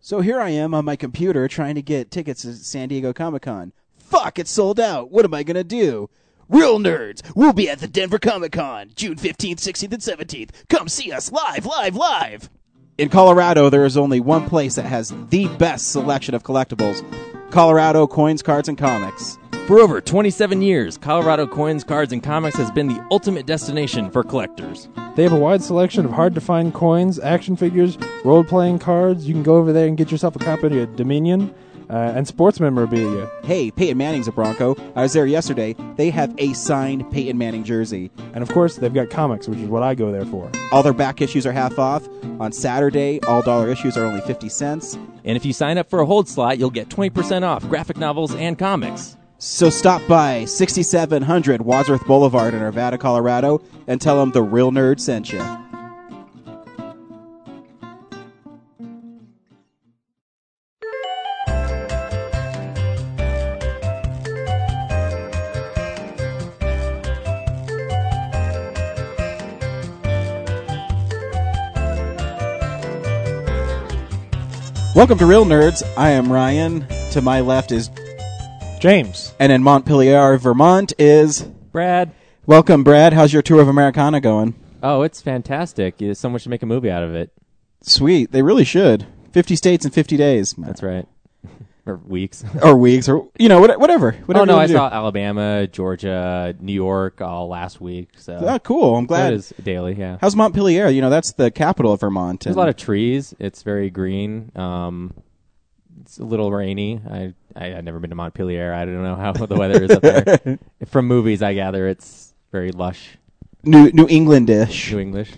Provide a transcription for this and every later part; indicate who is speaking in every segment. Speaker 1: So here I am on my computer trying to get tickets to San Diego Comic Con. Fuck, it's sold out. What am I going to do? Real nerds, we'll be at the Denver Comic Con June 15th, 16th, and 17th. Come see us live, live, live. In Colorado, there is only one place that has the best selection of collectibles Colorado coins, cards, and comics.
Speaker 2: For over 27 years, Colorado Coins, Cards, and Comics has been the ultimate destination for collectors.
Speaker 3: They have a wide selection of hard to find coins, action figures, role playing cards. You can go over there and get yourself a copy of Dominion uh, and sports memorabilia.
Speaker 1: Hey, Peyton Manning's a Bronco. I was there yesterday. They have a signed Peyton Manning jersey.
Speaker 3: And of course, they've got comics, which is what I go there for.
Speaker 1: All their back issues are half off. On Saturday, all dollar issues are only 50 cents.
Speaker 2: And if you sign up for a hold slot, you'll get 20% off graphic novels and comics.
Speaker 1: So stop by 6700 Wadsworth Boulevard in Arvada, Colorado, and tell them the real nerd sent you. Welcome to Real Nerds. I am Ryan. To my left is
Speaker 3: James.
Speaker 1: And in Montpelier, Vermont is
Speaker 4: Brad.
Speaker 1: Welcome, Brad. How's your tour of Americana going?
Speaker 4: Oh, it's fantastic. Yeah, Someone should make a movie out of it.
Speaker 1: Sweet. They really should. 50 states in 50 days.
Speaker 4: That's right. or weeks.
Speaker 1: Or weeks, or, you know, what- whatever. whatever
Speaker 4: oh no,
Speaker 1: you
Speaker 4: I
Speaker 1: do.
Speaker 4: saw Alabama, Georgia, New York all last week. So
Speaker 1: Oh, cool. I'm glad.
Speaker 4: that is daily. Yeah,
Speaker 1: How's Montpelier? You know, that's the capital of Vermont.
Speaker 4: there's
Speaker 1: and-
Speaker 4: a lot of trees. It's very green. Um, it's a little rainy. I, I I've never been to Montpelier. I don't know how the weather is up there. From movies, I gather it's very lush.
Speaker 1: New, New Englandish.
Speaker 4: New English.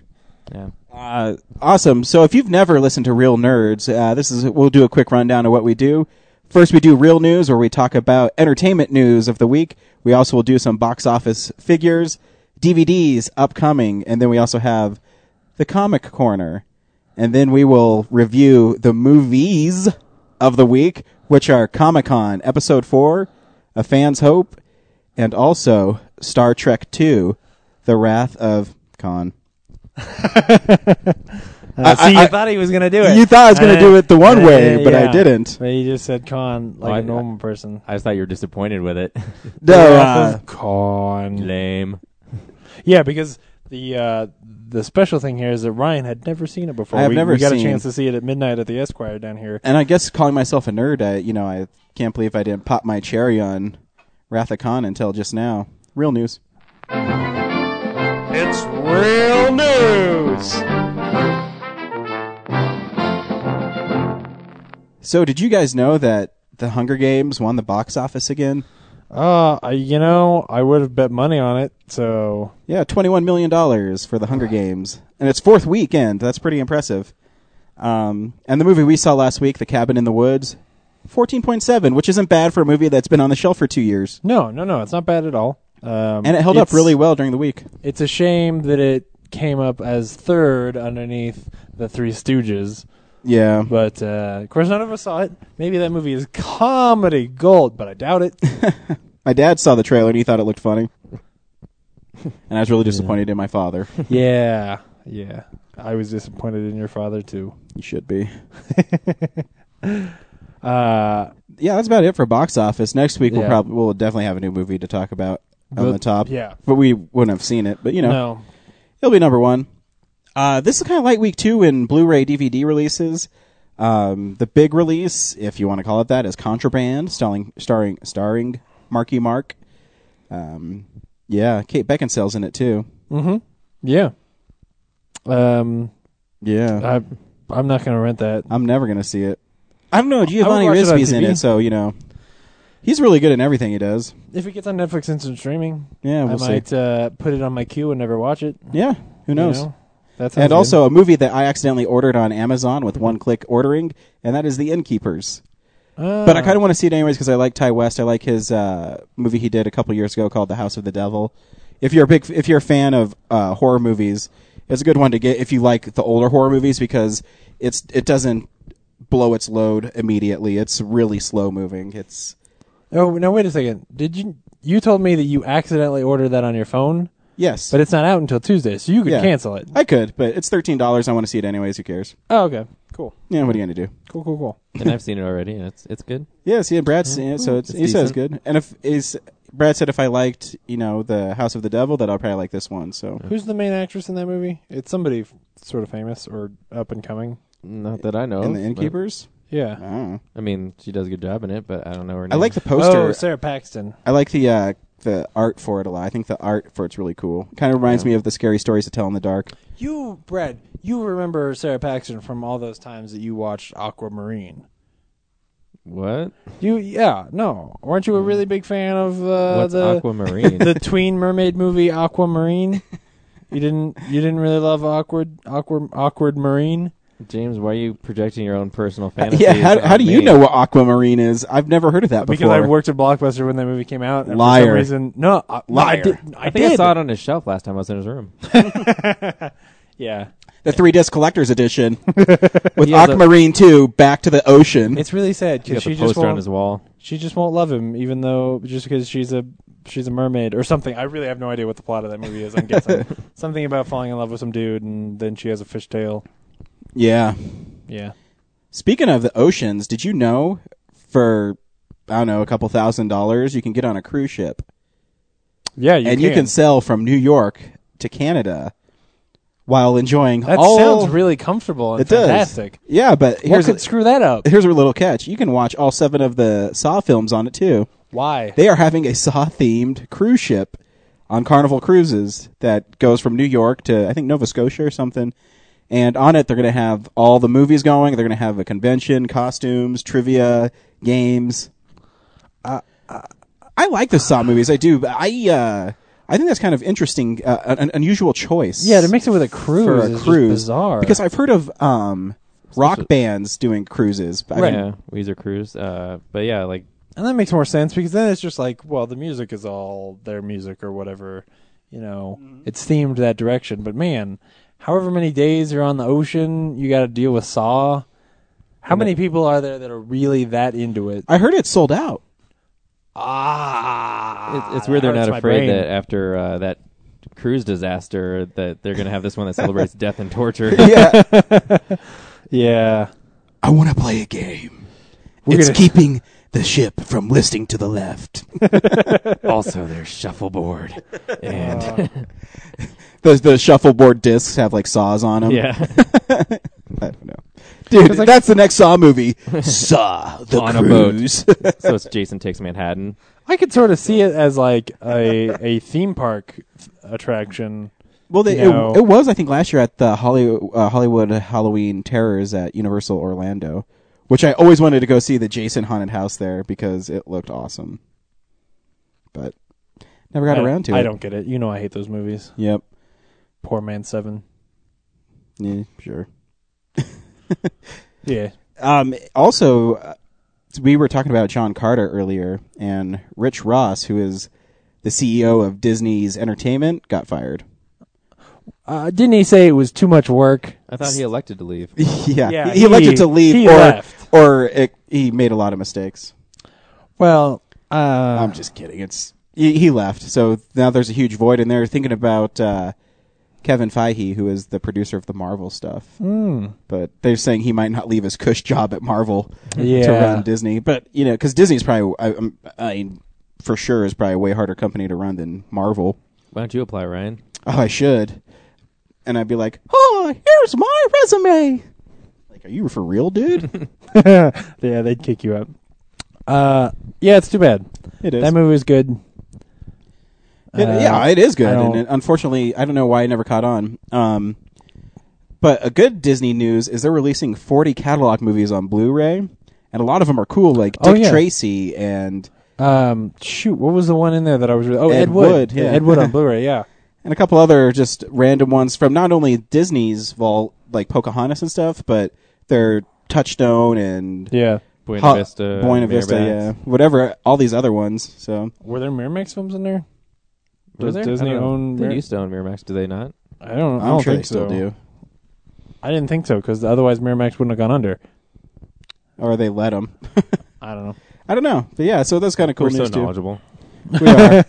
Speaker 4: Yeah.
Speaker 1: Uh, awesome. So if you've never listened to Real Nerds, uh, this is we'll do a quick rundown of what we do. First, we do real news, where we talk about entertainment news of the week. We also will do some box office figures, DVDs upcoming, and then we also have the comic corner, and then we will review the movies of the week, which are Comic Con Episode Four, A Fan's Hope, and also Star Trek Two, The Wrath of Khan.
Speaker 3: Uh, see, you
Speaker 1: I-
Speaker 3: thought he was going to do it.
Speaker 1: You thought I was going to
Speaker 3: Uh,
Speaker 1: do it the one
Speaker 3: uh,
Speaker 1: way, but I
Speaker 3: yeah.
Speaker 1: didn't.
Speaker 3: But you just said con like
Speaker 4: Oh, I-
Speaker 3: a normal person.
Speaker 4: I just thought you were disappointed with it.
Speaker 1: No,
Speaker 3: Wrath
Speaker 1: uh,
Speaker 3: of con.
Speaker 4: Lame.
Speaker 3: Yeah, because the uh, the special thing here is that Ryan had never seen it before.
Speaker 1: I have
Speaker 3: we,
Speaker 1: never
Speaker 3: we got
Speaker 1: seen-
Speaker 3: a chance to see it at midnight at the Esquire down here.
Speaker 1: and I guess calling myself a nerd, I you know I can't believe I didn't pop my cherry on Wrath of Khan until just now. Real news.
Speaker 3: It's real news.
Speaker 1: So, did you guys know that the Hunger Games won the box office again?
Speaker 3: Uh, I, you know, I would have bet money on it. So
Speaker 1: Yeah, twenty-one million dollars for the Hunger Games, and its fourth weekend. That's pretty impressive. Um, and the movie we saw last week, The Cabin in the Woods, fourteen point seven, which isn't bad for a movie that's been on the shelf for two years,
Speaker 3: no, no, no, it's not bad at all. Um,
Speaker 1: and it held up
Speaker 3: it's-
Speaker 1: really well during the week.
Speaker 3: It's a shame that it came up as third underneath the Three Stooges,
Speaker 1: Yeah,
Speaker 3: but uh, of course, none of us saw it. Maybe that movie is comedy gold, but I doubt it.
Speaker 1: My dad saw the trailer and he thought it looked funny. And I was really disappointed in my father.
Speaker 3: yeah, yeah, I was disappointed in your father too.
Speaker 1: You should be.
Speaker 3: Uh,
Speaker 1: Yeah, that's about it for box office. Next week we'll
Speaker 3: Yeah.
Speaker 1: probably we'll definitely have a new movie to talk about on
Speaker 3: But-
Speaker 1: the top.
Speaker 3: yeah.
Speaker 1: but we wouldn't have seen it. But you know,
Speaker 3: no,
Speaker 1: it'll be number one. Uh, this is kind of light week two in Blu-ray DVD releases. Um, the big release, if you want to call it that, is Contraband, starring starring starring Marky Mark. Um, yeah, Kate Beckinsale's in it too.
Speaker 3: Mm-hmm. yeah. Um,
Speaker 1: Yeah,
Speaker 3: I, I'm not gonna rent that.
Speaker 1: I'm never gonna see it. I don't know. Giovanni
Speaker 3: I would watch it on
Speaker 1: Risby's in
Speaker 3: TV.
Speaker 1: it, so you know, he's really good in everything he does.
Speaker 3: If it gets on Netflix instant streaming,
Speaker 1: Yeah,
Speaker 3: I
Speaker 1: we'll see.
Speaker 3: might uh, put it on my queue and never watch it.
Speaker 1: Yeah, who knows?
Speaker 3: You know? That sounds
Speaker 1: and
Speaker 3: good.
Speaker 1: also a movie that I accidentally ordered on Amazon with one-click ordering, and that is The Innkeepers.
Speaker 3: Ah.
Speaker 1: But I kind of want to see it anyways because I like Ty West. I like his uh, movie he did a couple years ago called The House of the Devil. If you're a big, if you're a fan of uh, horror movies, it's a good one to get if you like the older horror movies because it's it doesn't blow its load immediately. It's really slow moving. It's
Speaker 3: Oh no! Wait a second. Did you? You told me that you accidentally ordered that on your phone.
Speaker 1: Yes,
Speaker 3: But it's not out until Tuesday, so you could
Speaker 1: Yeah.
Speaker 3: cancel it.
Speaker 1: I could, but it's thirteen dollars. I want to see it anyways. Who cares?
Speaker 3: Oh, okay. Cool.
Speaker 1: Yeah, what are you gonna do?
Speaker 3: Cool, cool, cool.
Speaker 4: and I've seen it already, and it's it's good.
Speaker 1: Yeah, see, and Brad's seen it, so it's,
Speaker 4: It's
Speaker 1: he said it's
Speaker 4: decent.
Speaker 1: good. And if is Brad said if I liked, you know, the House of the Devil, that I'll probably like this one. So
Speaker 3: Who's the main actress in that movie? It's somebody f- sort of famous or up and coming. Uh,
Speaker 4: Not that I know.
Speaker 1: and the
Speaker 4: of, but-
Speaker 1: Innkeepers, Ah.
Speaker 3: Yeah.
Speaker 1: I don't know.
Speaker 4: I mean, she does a good job in it, but I don't know her
Speaker 1: I
Speaker 4: name.
Speaker 1: like the poster.
Speaker 3: Oh, Sarah Paxton.
Speaker 1: I like the uh, the art for it a lot. I think the art for it's really cool. Kind of reminds me of the scary stories to tell in the dark.
Speaker 3: You, Brad, you remember Sarah Paxton from all those times that you watched Aquamarine.
Speaker 4: what?
Speaker 3: You, yeah, no. Weren't you a really big fan of uh,
Speaker 4: What's
Speaker 3: the
Speaker 4: Aquamarine?
Speaker 3: the tween mermaid movie Aquamarine? You didn't, you didn't really love awkward, awkward, awkward marine.
Speaker 4: James, why are you projecting your own personal fantasies?
Speaker 1: yeah, how, how
Speaker 4: on
Speaker 1: do you
Speaker 4: me?
Speaker 1: know what Aquamarine is? I've never heard of that before.
Speaker 3: Because I worked at Blockbuster when that movie came out. And For
Speaker 1: Liar.
Speaker 3: some reason, no, I, I
Speaker 1: Liar.
Speaker 3: did. I,
Speaker 4: I think
Speaker 3: did.
Speaker 4: I saw it on his shelf last time I was in his room.
Speaker 3: Yeah.
Speaker 1: the three disc collector's edition with
Speaker 4: He has a-
Speaker 1: Aquamarine two, Back to the Ocean.
Speaker 3: It's really sad
Speaker 4: He got
Speaker 3: because she
Speaker 4: the
Speaker 3: just
Speaker 4: poster on
Speaker 3: won't.
Speaker 4: his wall.
Speaker 3: she just won't love him, even though just because she's a she's a mermaid or something. I really have no idea what the plot of that movie is. I'm guessing something about falling in love with some dude, and then she has a fish tail.
Speaker 1: yeah.
Speaker 3: Yeah.
Speaker 1: Speaking of the oceans, did you know for I don't know a couple thousand dollars you can get on a cruise ship
Speaker 3: Yeah, you
Speaker 1: and
Speaker 3: can.
Speaker 1: you can sell from New York to Canada while enjoying
Speaker 3: that
Speaker 1: all.
Speaker 3: sounds really comfortable and
Speaker 1: it does.
Speaker 3: fantastic.
Speaker 1: Yeah, but
Speaker 3: What
Speaker 1: here's
Speaker 3: could
Speaker 1: a,
Speaker 3: screw that up?
Speaker 1: here's a little catch. You can watch all seven of the Saw films on it too.
Speaker 3: Why?
Speaker 1: They are having a Saw themed cruise ship on Carnival Cruises that goes from New York to I think Nova Scotia or something. And on it, they're going to have all the movies going. They're going to have a convention, costumes, trivia, games. Uh, I like the Saw movies. I do. But I uh, I think that's kind of interesting, uh, an- an unusual choice.
Speaker 3: yeah, to mix it with a cruise
Speaker 1: for
Speaker 3: is
Speaker 1: a
Speaker 3: just
Speaker 1: cruise,
Speaker 3: bizarre.
Speaker 1: because I've heard of um, rock bands doing cruises. but I
Speaker 3: Right.
Speaker 1: haven't-
Speaker 4: Yeah, Weezer Cruise. Uh, but yeah, like
Speaker 3: and that makes more sense because then it's just like, well, the music is all their music or whatever. You know, it's themed that direction. But man, however many days you're on the ocean, you got to deal with Saw. How many people are there that are really that into it?
Speaker 1: I heard it sold out.
Speaker 3: Ah,
Speaker 4: it's, it's weird they're
Speaker 3: hurts
Speaker 4: not
Speaker 3: my
Speaker 4: afraid
Speaker 3: brain.
Speaker 4: that after uh, that cruise disaster that they're gonna have this one that celebrates death and torture.
Speaker 1: Yeah,
Speaker 3: Yeah,
Speaker 1: I want to play a game.
Speaker 3: We're
Speaker 1: it's
Speaker 3: gonna-
Speaker 1: keeping the ship from listing to the left.
Speaker 4: also, there's shuffleboard and
Speaker 1: the the shuffleboard discs have like saws on them.
Speaker 4: yeah,
Speaker 1: I don't know, dude. that's the next Saw movie. Saw the
Speaker 4: On a boat.
Speaker 1: cruise.
Speaker 4: so it's Jason Takes Manhattan.
Speaker 3: I could sort of see it as like a a theme park attraction.
Speaker 1: well, they,
Speaker 3: No.
Speaker 1: it, it was I think last year at the Hollywood uh, Hollywood Halloween Terrors at Universal Orlando, which I always wanted to go see the Jason haunted house there because it looked awesome, but never got
Speaker 3: I-
Speaker 1: around to
Speaker 3: I
Speaker 1: it.
Speaker 3: don't get it. You know, I hate those movies.
Speaker 1: Yep.
Speaker 3: Poor Man Seven.
Speaker 1: Yeah. Sure.
Speaker 3: Yeah,
Speaker 1: Um, also, uh, we were talking about John Carter earlier, and Rich Ross, who is the CEO of Disney's Entertainment, got fired.
Speaker 3: uh, didn't he say it was too much work?
Speaker 4: I thought he elected to leave.
Speaker 1: yeah,
Speaker 3: Yeah,
Speaker 1: he, elected
Speaker 3: he-
Speaker 1: to leave,
Speaker 3: he
Speaker 1: or
Speaker 3: left.
Speaker 1: or it, he made a lot of mistakes.
Speaker 3: Well, uh,
Speaker 1: I'm just kidding. It's he, he left, so now there's a huge void, and they're thinking about uh, Kevin Feige, who is the producer of the Marvel stuff. But they're saying he might not leave his cush job at Marvel to
Speaker 3: Yeah.
Speaker 1: run Disney. But you know, because Disney's probably, I, I'm- I for sure, is probably a way harder company to run than Marvel.
Speaker 4: Why don't you apply, Ryan?
Speaker 1: Oh, I should. And I'd be like, oh, here's my resume. Like, are you for real, dude?
Speaker 3: yeah, they'd kick you out. Uh, yeah, it's too bad.
Speaker 1: it is.
Speaker 3: That movie was good.
Speaker 1: It-
Speaker 3: Uh,
Speaker 1: yeah, it is
Speaker 3: I
Speaker 1: good.
Speaker 3: don't-
Speaker 1: And it, unfortunately, I don't know why it never caught on. Um, but a good Disney news is they're releasing 40 catalog movies on Blu-ray, and a lot of them are cool, like Dick
Speaker 3: Oh, yeah.
Speaker 1: Tracy and
Speaker 3: Um, shoot, what was the one in there that I was? Really, oh,
Speaker 1: Ed
Speaker 3: Ed, Wood.
Speaker 1: Wood, yeah.
Speaker 3: Ed Wood on Blu-ray. Yeah,
Speaker 1: and a couple other just random ones from not only Disney's vault, like Pocahontas and stuff, but their Touchstone and
Speaker 3: yeah.
Speaker 4: Buena
Speaker 1: Ho-
Speaker 4: Vista,
Speaker 1: Buena Vista,
Speaker 4: Miramax.
Speaker 1: yeah, whatever. All these other ones. So
Speaker 3: Were there Miramax films in there?
Speaker 4: Was
Speaker 3: Does
Speaker 4: there?
Speaker 3: Disney
Speaker 4: I don't know.
Speaker 3: own
Speaker 4: They
Speaker 3: Mir-
Speaker 4: used to own Miramax, do they not?
Speaker 3: I don't.
Speaker 1: I'm
Speaker 3: I don't
Speaker 1: sure
Speaker 3: think
Speaker 1: they still
Speaker 3: so.
Speaker 1: do,
Speaker 3: I didn't think so because otherwise Miramax wouldn't have gone under.
Speaker 1: or they let them.
Speaker 3: I don't know.
Speaker 1: I don't know, but yeah. So that's kind of cool
Speaker 4: We're so
Speaker 1: news too.
Speaker 4: knowledgeable.
Speaker 1: We are.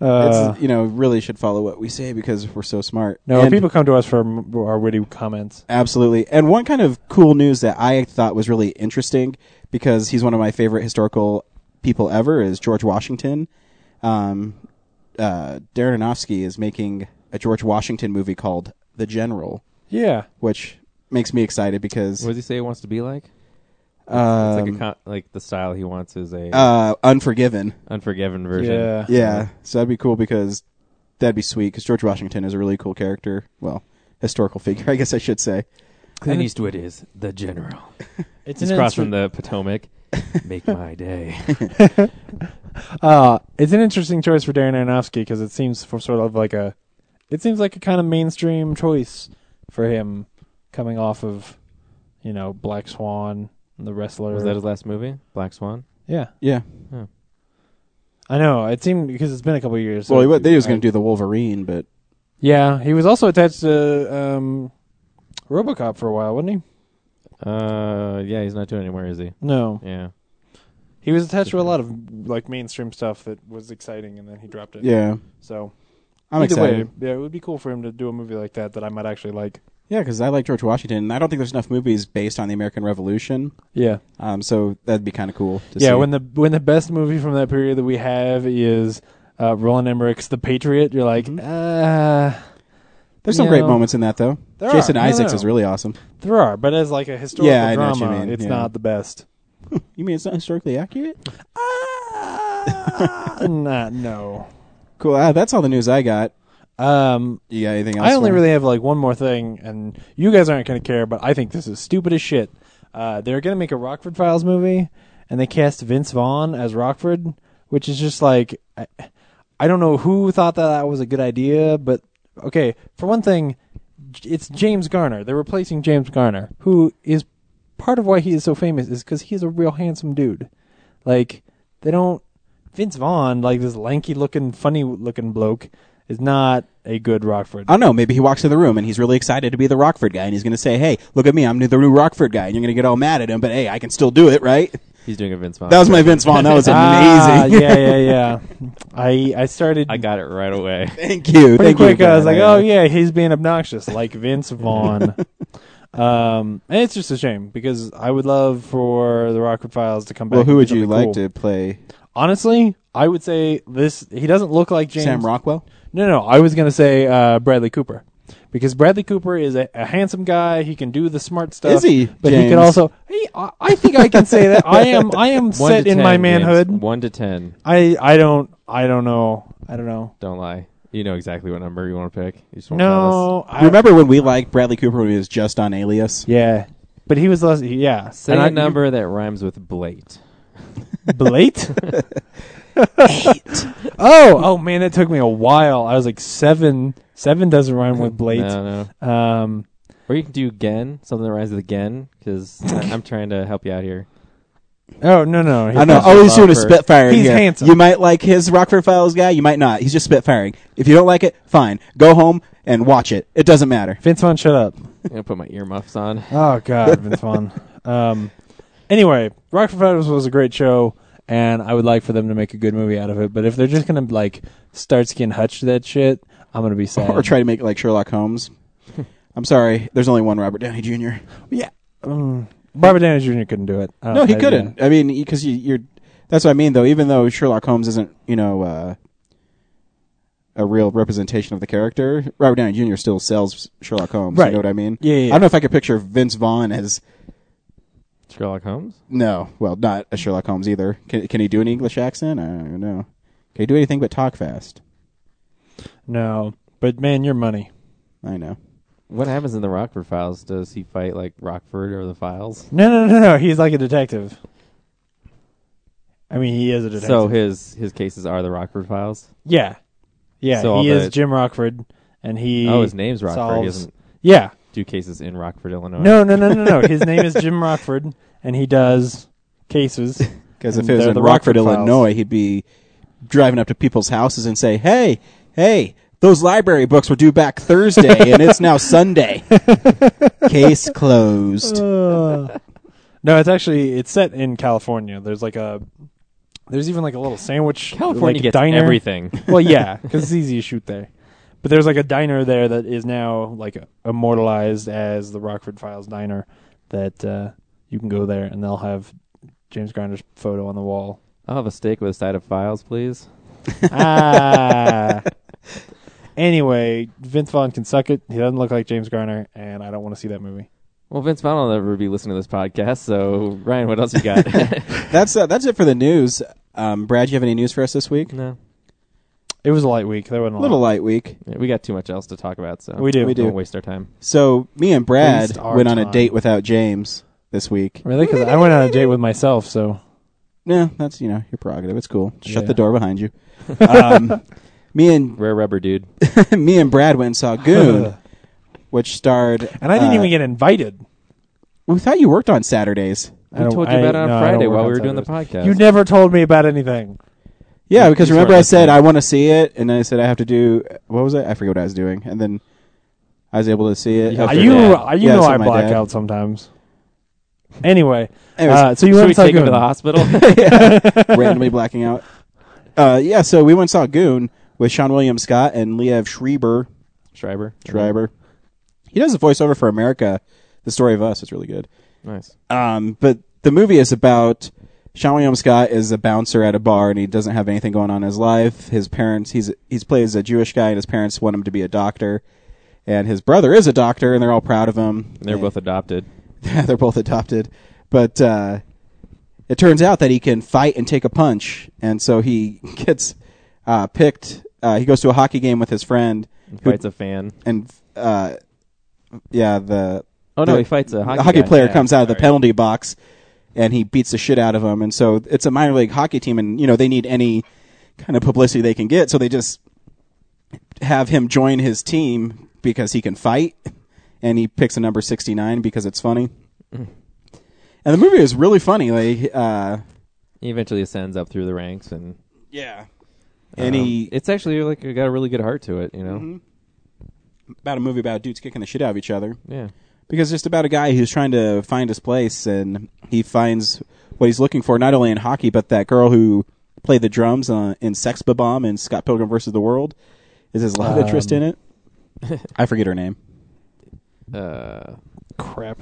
Speaker 3: Uh,
Speaker 1: it's, you know, really should follow what we say because we're so smart.
Speaker 3: no,
Speaker 1: And-
Speaker 3: people come to us for m- our witty comments.
Speaker 1: Absolutely. And one kind of cool news that I thought was really interesting because he's one of my favorite historical people ever is George Washington. Um, uh, Darren Aronofsky is making a George Washington movie called The General,
Speaker 3: Yeah,
Speaker 1: which makes me excited because
Speaker 4: What does he say it wants to be like?
Speaker 1: um,
Speaker 4: it's like a con- like the style he wants is a
Speaker 1: uh, Unforgiven.
Speaker 4: unforgiven version.
Speaker 3: yeah,
Speaker 1: Yeah. So that'd be cool because that'd be sweet because George Washington is a really cool character. Well, historical figure, I guess I should say.
Speaker 4: Clint Eastwood is the general.
Speaker 3: It's
Speaker 4: He's
Speaker 3: an
Speaker 4: across from
Speaker 3: inter-
Speaker 4: the Potomac. Make my day.
Speaker 3: Uh, it's an interesting choice for Darren Aronofsky because it seems for sort of like a, it seems like a kind of mainstream choice for him, coming off of, you know, Black Swan, and The Wrestler.
Speaker 4: Was that his last movie? Black Swan.
Speaker 3: yeah,
Speaker 1: Yeah.
Speaker 3: I know. It seemed because it's been a couple of years.
Speaker 1: well, he, wa- they was going to do the Wolverine, but
Speaker 3: Yeah, he was also attached to um, RoboCop for a while, wasn't he?
Speaker 4: Uh, yeah, he's not doing it anymore, is he?
Speaker 3: No,
Speaker 4: Yeah.
Speaker 3: he was attached to a lot of like mainstream stuff that was exciting, and then he dropped it.
Speaker 1: yeah.
Speaker 3: So
Speaker 1: I'm
Speaker 3: either
Speaker 1: excited.
Speaker 3: way, yeah, it would be cool for him to do a movie like that that I might actually like.
Speaker 1: Yeah, because I like George Washington, and I don't think there's enough movies based on the American Revolution.
Speaker 3: Yeah.
Speaker 1: Um, so that'd be kind of cool. To
Speaker 3: yeah,
Speaker 1: see.
Speaker 3: when the when the best movie from that period that we have is uh, Roland Emmerich's The Patriot, you're like,
Speaker 1: Mhm.
Speaker 3: ah,
Speaker 1: there's some
Speaker 3: you
Speaker 1: great
Speaker 3: know,
Speaker 1: moments in that though.
Speaker 3: There
Speaker 1: Jason
Speaker 3: are. No,
Speaker 1: Isaacs
Speaker 3: no,
Speaker 1: is
Speaker 3: no.
Speaker 1: really awesome.
Speaker 3: There are, but as like a historical
Speaker 1: Yeah, I know what
Speaker 3: drama,
Speaker 1: you mean,
Speaker 3: it's
Speaker 1: yeah.
Speaker 3: not the best.
Speaker 1: You mean it's not historically accurate?
Speaker 3: Ah, not no.
Speaker 1: Cool. Ah, that's all the news I got.
Speaker 3: Um,
Speaker 1: You got anything else?
Speaker 3: I only
Speaker 1: for me?
Speaker 3: really have like one more thing, and you guys aren't going to care, but I think this is stupid as shit. Uh, they're going to make a Rockford Files movie, and they cast Vince Vaughn as Rockford, which is just like I, I don't know who thought that that was a good idea, but okay. For one thing, J- it's James Garner. They're replacing James Garner, who is part of why he is so famous is because he's a real handsome dude. Like they don't Vince Vaughn, like this lanky looking, funny looking bloke, is not a good Rockford.
Speaker 1: I don't know. Maybe he walks in the room and he's really excited to be the Rockford guy, and he's going to say, "Hey, look at me! I'm the new Rockford guy," and you're going to get all mad at him. But hey, I can still do it, right?
Speaker 4: He's doing a Vince Vaughn.
Speaker 1: That was my Vince Vaughn. That was amazing.
Speaker 3: Ah, yeah, yeah, yeah. I I started
Speaker 4: I got it right away.
Speaker 1: Thank you.
Speaker 3: pretty
Speaker 1: Thank
Speaker 3: quick.
Speaker 1: you.
Speaker 3: I was like,
Speaker 1: Dan.
Speaker 3: oh yeah, he's being obnoxious, like Vince Vaughn. um, and it's just a shame because I would love for the Rockford Files to come back.
Speaker 1: Well, who
Speaker 3: and
Speaker 1: would
Speaker 3: do
Speaker 1: you
Speaker 3: something
Speaker 1: like
Speaker 3: cool.
Speaker 1: to play?
Speaker 3: Honestly, I would say this. He doesn't look like James.
Speaker 1: Sam Rockwell.
Speaker 3: No, no. I was gonna say uh, Bradley Cooper. Because Bradley Cooper is a, a handsome guy, he can do the smart stuff.
Speaker 1: Is he,
Speaker 3: But he
Speaker 1: James?
Speaker 3: can also. He, I, I think I can say that I am. I am
Speaker 4: One
Speaker 3: set
Speaker 4: to 10,
Speaker 3: in my
Speaker 4: James.
Speaker 3: manhood.
Speaker 4: One to ten.
Speaker 3: I I don't I don't know. I don't know.
Speaker 4: Don't lie. You know exactly what number you want to pick. You just won't tell us.
Speaker 3: No, I
Speaker 1: Remember when we liked Bradley Cooper when he was just on Alias?
Speaker 3: Yeah, but he was less. Yeah,
Speaker 4: Say
Speaker 3: And
Speaker 4: a
Speaker 3: I-
Speaker 4: number that rhymes with blate.
Speaker 3: Blate. oh, oh man, it took me a while. I was like seven. Seven doesn't rhyme with blate.
Speaker 4: No, no.
Speaker 3: Um,
Speaker 4: Or you can do gen, something that rhymes with gen, because I'm trying to help you out here.
Speaker 3: oh no no.
Speaker 1: I know.
Speaker 4: He's
Speaker 1: Always doing a
Speaker 4: Rockford.
Speaker 1: spitfire. in
Speaker 3: He's
Speaker 1: here.
Speaker 3: handsome.
Speaker 1: You might like his Rockford Files guy. You might not. He's just spitfiring. If you don't like it, fine. Go home and watch it. It doesn't matter.
Speaker 3: Vince Vaughn, shut up.
Speaker 4: I'm gonna put my earmuffs on.
Speaker 3: Oh god, Vince Vaughn. Um, anyway, Rock for Fighters was a great show, and I would like for them to make a good movie out of it. But if they're just gonna like start skin hutch that shit, I'm gonna be sad.
Speaker 1: Or try to make it like Sherlock Holmes. I'm sorry. There's only one Robert Downey Jr.
Speaker 3: Yeah. Um, Robert Downey Jr. couldn't do it. Uh,
Speaker 1: No, he
Speaker 3: I-
Speaker 1: couldn't. I mean, because you, you're. That's what I mean, though. Even though Sherlock Holmes isn't, you know, uh, a real representation of the character, Robert Downey Jr. still sells Sherlock Holmes. You
Speaker 3: Right.
Speaker 1: know what I mean?
Speaker 3: Yeah, yeah, yeah.
Speaker 1: I don't know if I could picture Vince Vaughn as
Speaker 4: Sherlock Holmes.
Speaker 1: No, well, not a Sherlock Holmes either. Can can he do an English accent? I don't know. Can he do anything but talk fast?
Speaker 3: No, but man, your money.
Speaker 1: I know.
Speaker 4: What happens in the Rockford Files? Does he fight like Rockford or the Files?
Speaker 3: No, no, no, no. He's like a detective. I mean, he is a detective.
Speaker 4: So his his cases are the Rockford Files.
Speaker 3: yeah, yeah.
Speaker 4: So all
Speaker 3: he
Speaker 4: the-
Speaker 3: is Jim Rockford, and he.
Speaker 4: oh, his name's Rockford. He
Speaker 3: solves-
Speaker 4: doesn't
Speaker 3: Yeah.
Speaker 4: do cases in Rockford, Illinois.
Speaker 3: No, no, no, no, no. his name is Jim Rockford, and he does cases.
Speaker 1: Because if
Speaker 3: And
Speaker 1: it was
Speaker 3: they're
Speaker 1: in
Speaker 3: the
Speaker 1: Rockford,
Speaker 3: Rockford Files.
Speaker 1: Illinois, he'd be driving up to people's houses and say, "Hey, hey, those library books were due back Thursday, and it's now Sunday. Case closed."
Speaker 3: Uh, no, it's actually it's set in California. There's like a There's even like a little sandwich
Speaker 4: California
Speaker 3: like,
Speaker 4: gets
Speaker 3: diner.
Speaker 4: everything.
Speaker 3: well, yeah, because it's easy to shoot there. But there's like a diner there that is now like immortalized as the Rockford Files diner. That uh, you can go there and they'll have James Grinder's photo on the wall.
Speaker 4: I'll have a steak with a side of files, please.
Speaker 3: ah. Anyway, Vince Vaughn can suck it. He doesn't look like James Garner, and I don't want to see that movie.
Speaker 4: Well, Vince Vaughn will never be listening to this podcast. So, Ryan, what else you got?
Speaker 1: That's uh, that's it for the news. Um, Brad, you have any news for us this week?
Speaker 4: no,
Speaker 3: It was a light week. There wasn't a
Speaker 1: A little
Speaker 3: lot.
Speaker 1: light week.
Speaker 4: we got too much else to talk about. So
Speaker 3: We do.
Speaker 1: We do.
Speaker 4: Don't waste our time.
Speaker 1: So me and Brad
Speaker 3: Waste our
Speaker 1: went on a
Speaker 3: time.
Speaker 1: date without James this week.
Speaker 3: Really? Because I went on a date with myself, so
Speaker 1: No, that's you know your prerogative. It's cool. Shut
Speaker 3: Yeah.
Speaker 1: the door behind you. Um, me and
Speaker 4: Rare rubber, dude.
Speaker 1: me and Brad went and saw Goon, which starred.
Speaker 3: and I didn't
Speaker 1: uh,
Speaker 3: even get invited.
Speaker 1: We thought you worked on Saturdays.
Speaker 4: I
Speaker 3: I don't-
Speaker 4: told you
Speaker 3: I-
Speaker 4: about it on
Speaker 3: no, I don't
Speaker 4: Friday
Speaker 3: work
Speaker 4: while
Speaker 3: on
Speaker 4: we were doing the podcast.
Speaker 3: You never told me about anything.
Speaker 1: Yeah, because
Speaker 4: These
Speaker 1: remember
Speaker 4: weren't
Speaker 1: I said
Speaker 4: listening.
Speaker 1: I want to see it, and I said I have to do what was it? I forget what I was doing, and then I was able to see it.
Speaker 4: You have
Speaker 3: Uh,
Speaker 4: to-
Speaker 3: you
Speaker 4: Yeah.
Speaker 3: uh, you
Speaker 1: Yeah,
Speaker 3: know
Speaker 1: so
Speaker 3: I
Speaker 1: my
Speaker 3: black
Speaker 1: dad-
Speaker 3: out sometimes. Anyway,
Speaker 1: Anyways,
Speaker 3: uh, so you
Speaker 4: Should
Speaker 3: went
Speaker 4: we
Speaker 3: and saw
Speaker 4: take him to
Speaker 3: Goon.
Speaker 4: the hospital?
Speaker 1: randomly blacking out. Uh, yeah, so we went and saw Goon with Sean William Scott and Liev Schreiber.
Speaker 4: Schreiber.
Speaker 1: Schreiber. He does a voiceover for America, The Story of Us. It's really good.
Speaker 4: Nice.
Speaker 1: Um, but the movie is about Sean William Scott is a bouncer at a bar and he doesn't have anything going on in his life. His parents, he's he's plays a Jewish guy and his parents want him to be a doctor, and his brother is a doctor and they're all proud of him.
Speaker 4: They're both adopted.
Speaker 1: they're both adopted, but uh, it turns out that he can fight and take a punch, and so he gets uh, picked. Uh, he goes to a hockey game with his friend, who-
Speaker 4: Fights a fan.
Speaker 1: and uh, yeah, the
Speaker 4: Oh no,
Speaker 1: the-
Speaker 4: he fights a hockey,
Speaker 1: the hockey
Speaker 4: guy.
Speaker 1: player
Speaker 4: Yeah.
Speaker 1: comes out of the
Speaker 4: All right.
Speaker 1: penalty box and he beats the shit out of him. And so it's a minor league hockey team, and you know they need any kind of publicity they can get, so they just have him join his team because he can fight, and he picks a number sixty nine because it's funny.
Speaker 4: Mm.
Speaker 1: And the movie is really funny. Like, uh,
Speaker 4: He eventually ascends up through the ranks, and
Speaker 1: yeah, and
Speaker 4: um,
Speaker 1: he
Speaker 4: it's actually like got a really good heart to it. You know.
Speaker 1: about a movie about dudes kicking the shit out of each other.
Speaker 4: Yeah.
Speaker 1: because it's just about a guy who's trying to find his place and he finds what he's looking for not only in hockey but that girl who played the drums uh, in Sex Bomb and Scott Pilgrim versus the World is his love
Speaker 3: Um,
Speaker 1: interest in it. I forget her name.
Speaker 4: Uh.
Speaker 3: Crap.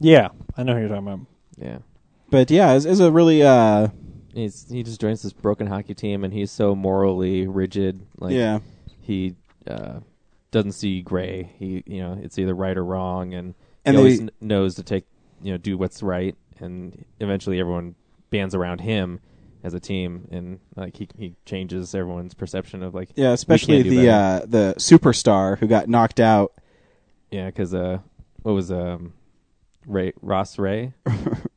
Speaker 3: Yeah, I know who you're talking about.
Speaker 4: Yeah.
Speaker 1: But yeah, it's, it's a really uh
Speaker 4: He's he just joins this broken hockey team, and he's so morally rigid. Like
Speaker 1: yeah.
Speaker 4: he uh, doesn't see gray. He you know it's either right or wrong, and,
Speaker 1: And
Speaker 4: he always
Speaker 1: they-
Speaker 4: kn- knows to take you know do what's right. And eventually, everyone bands around him as a team, and like he he changes everyone's perception of like
Speaker 1: Yeah, especially
Speaker 4: do
Speaker 1: the
Speaker 4: better.
Speaker 1: uh the superstar who got knocked out
Speaker 4: yeah because uh what was um Ray Ross Ray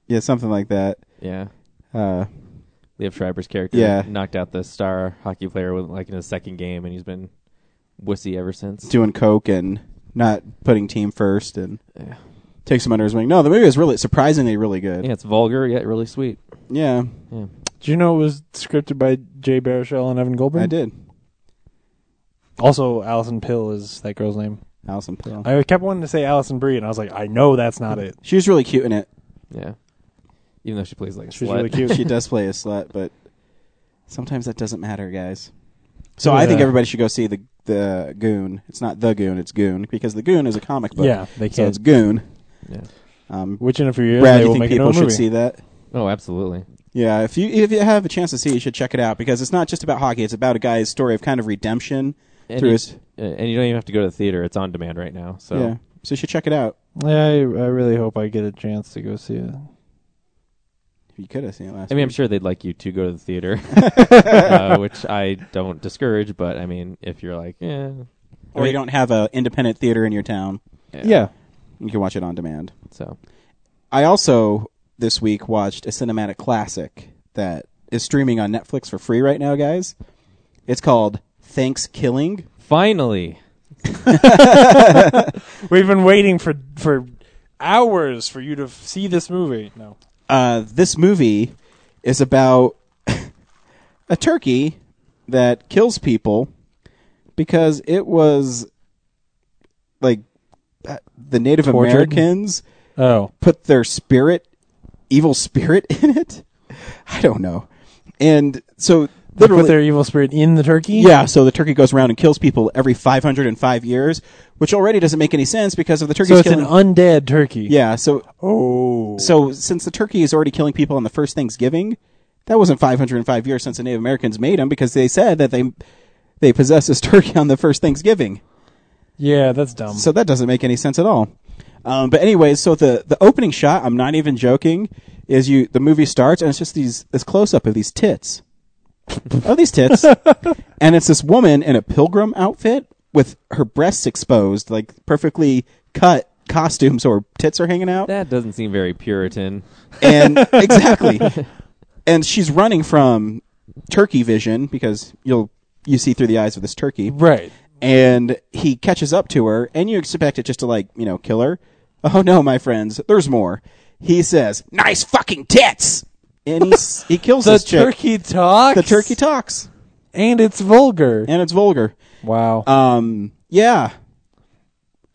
Speaker 1: yeah, something like that.
Speaker 4: yeah.
Speaker 1: Uh
Speaker 4: Liev Schreiber's character
Speaker 1: Yeah.
Speaker 4: knocked out the star hockey player with, like in his second game, and he's been wussy ever since.
Speaker 1: doing coke and not putting team first and
Speaker 4: Yeah.
Speaker 1: takes him under his wing. No, the movie is really surprisingly really good.
Speaker 4: Yeah, it's vulgar yet really sweet.
Speaker 1: yeah
Speaker 4: Yeah.
Speaker 3: Do you know it was scripted by Jay Baruchel and Evan Goldberg?
Speaker 1: I did.
Speaker 3: Also, Allison Pill is that girl's name.
Speaker 1: Allison Pill.
Speaker 3: I kept wanting to say Allison Brie, and I was like, I know that's not it.
Speaker 1: She was really cute in it.
Speaker 4: Yeah. Even though she plays like a
Speaker 3: She's
Speaker 4: slut.
Speaker 3: really cute.
Speaker 1: She does play a slut, but sometimes that doesn't matter, guys. So
Speaker 3: It was
Speaker 1: I think
Speaker 3: a-
Speaker 1: everybody should go see the the Goon. It's not the Goon, it's Goon because the Goon is a comic book.
Speaker 3: yeah, they
Speaker 1: so
Speaker 3: can't.
Speaker 1: it's Goon.
Speaker 4: Yeah.
Speaker 1: Um,
Speaker 3: which in a few years
Speaker 1: Brad,
Speaker 3: they
Speaker 1: you
Speaker 3: will
Speaker 1: think
Speaker 3: make it
Speaker 1: people
Speaker 3: a
Speaker 1: should
Speaker 3: movie.
Speaker 1: see that?
Speaker 4: Oh, absolutely.
Speaker 1: Yeah, if you if you have a chance to see, it, you should check it out because it's not just about hockey. It's about a guy's story of kind of redemption
Speaker 4: And
Speaker 1: through
Speaker 4: you,
Speaker 1: his
Speaker 4: uh, and you don't even have to go to the theater. It's on demand right now. So
Speaker 1: yeah. So you should check it out.
Speaker 3: Yeah, I, I really hope I get a chance to go see it.
Speaker 1: You could have seen it last.
Speaker 4: I mean, I'm
Speaker 1: week.
Speaker 4: sure they'd like you to go to the theater, uh, which I don't discourage. But I mean, if you're like, yeah,
Speaker 1: or you don't have a independent theater in your town,
Speaker 4: yeah.
Speaker 1: you can watch it on demand.
Speaker 4: So
Speaker 1: I also this week watched a cinematic classic that is streaming on Netflix for free right now, guys. It's called Thanks Killing.
Speaker 4: finally,
Speaker 3: We've been waiting for for hours for you to f- see this movie. No,
Speaker 1: Uh, this movie is about a turkey that kills people because it was like uh, the Native
Speaker 3: Tortured?
Speaker 1: Americans
Speaker 3: oh,
Speaker 1: put their spirit, evil spirit in it. I don't know. And so
Speaker 3: They
Speaker 1: literally,
Speaker 3: put their evil spirit in the turkey.
Speaker 1: yeah, so the turkey goes around and kills people every 505 years, which already doesn't make any sense because of the turkey's
Speaker 3: So it's
Speaker 1: killing.
Speaker 3: an undead turkey.
Speaker 1: yeah, so
Speaker 3: Oh.
Speaker 1: so since the turkey is already killing people on the first Thanksgiving, that wasn't 505 years since the Native Americans made them because they said that they they possessed this turkey on the first Thanksgiving.
Speaker 3: Yeah, that's dumb.
Speaker 1: So that doesn't make any sense at all. Um, but anyways, so the the opening shot, I'm not even joking, is you the movie starts and it's just these this close up of these tits. oh, these tits. and it's this woman in a pilgrim outfit with her breasts exposed, like perfectly cut costume so her tits are hanging out.
Speaker 4: That doesn't seem very Puritan.
Speaker 1: and exactly. And she's running from turkey vision because you'll you see through the eyes of this turkey
Speaker 3: right.
Speaker 1: and he catches up to her, and you expect it just to like you know kill her. Oh no, my friends, there's more. He says, "Nice fucking tits," and he s- he kills
Speaker 3: The
Speaker 1: this chick.
Speaker 3: turkey talks.
Speaker 1: The turkey talks,
Speaker 3: and it's vulgar.
Speaker 1: and it's vulgar.
Speaker 3: wow.
Speaker 1: Um, yeah.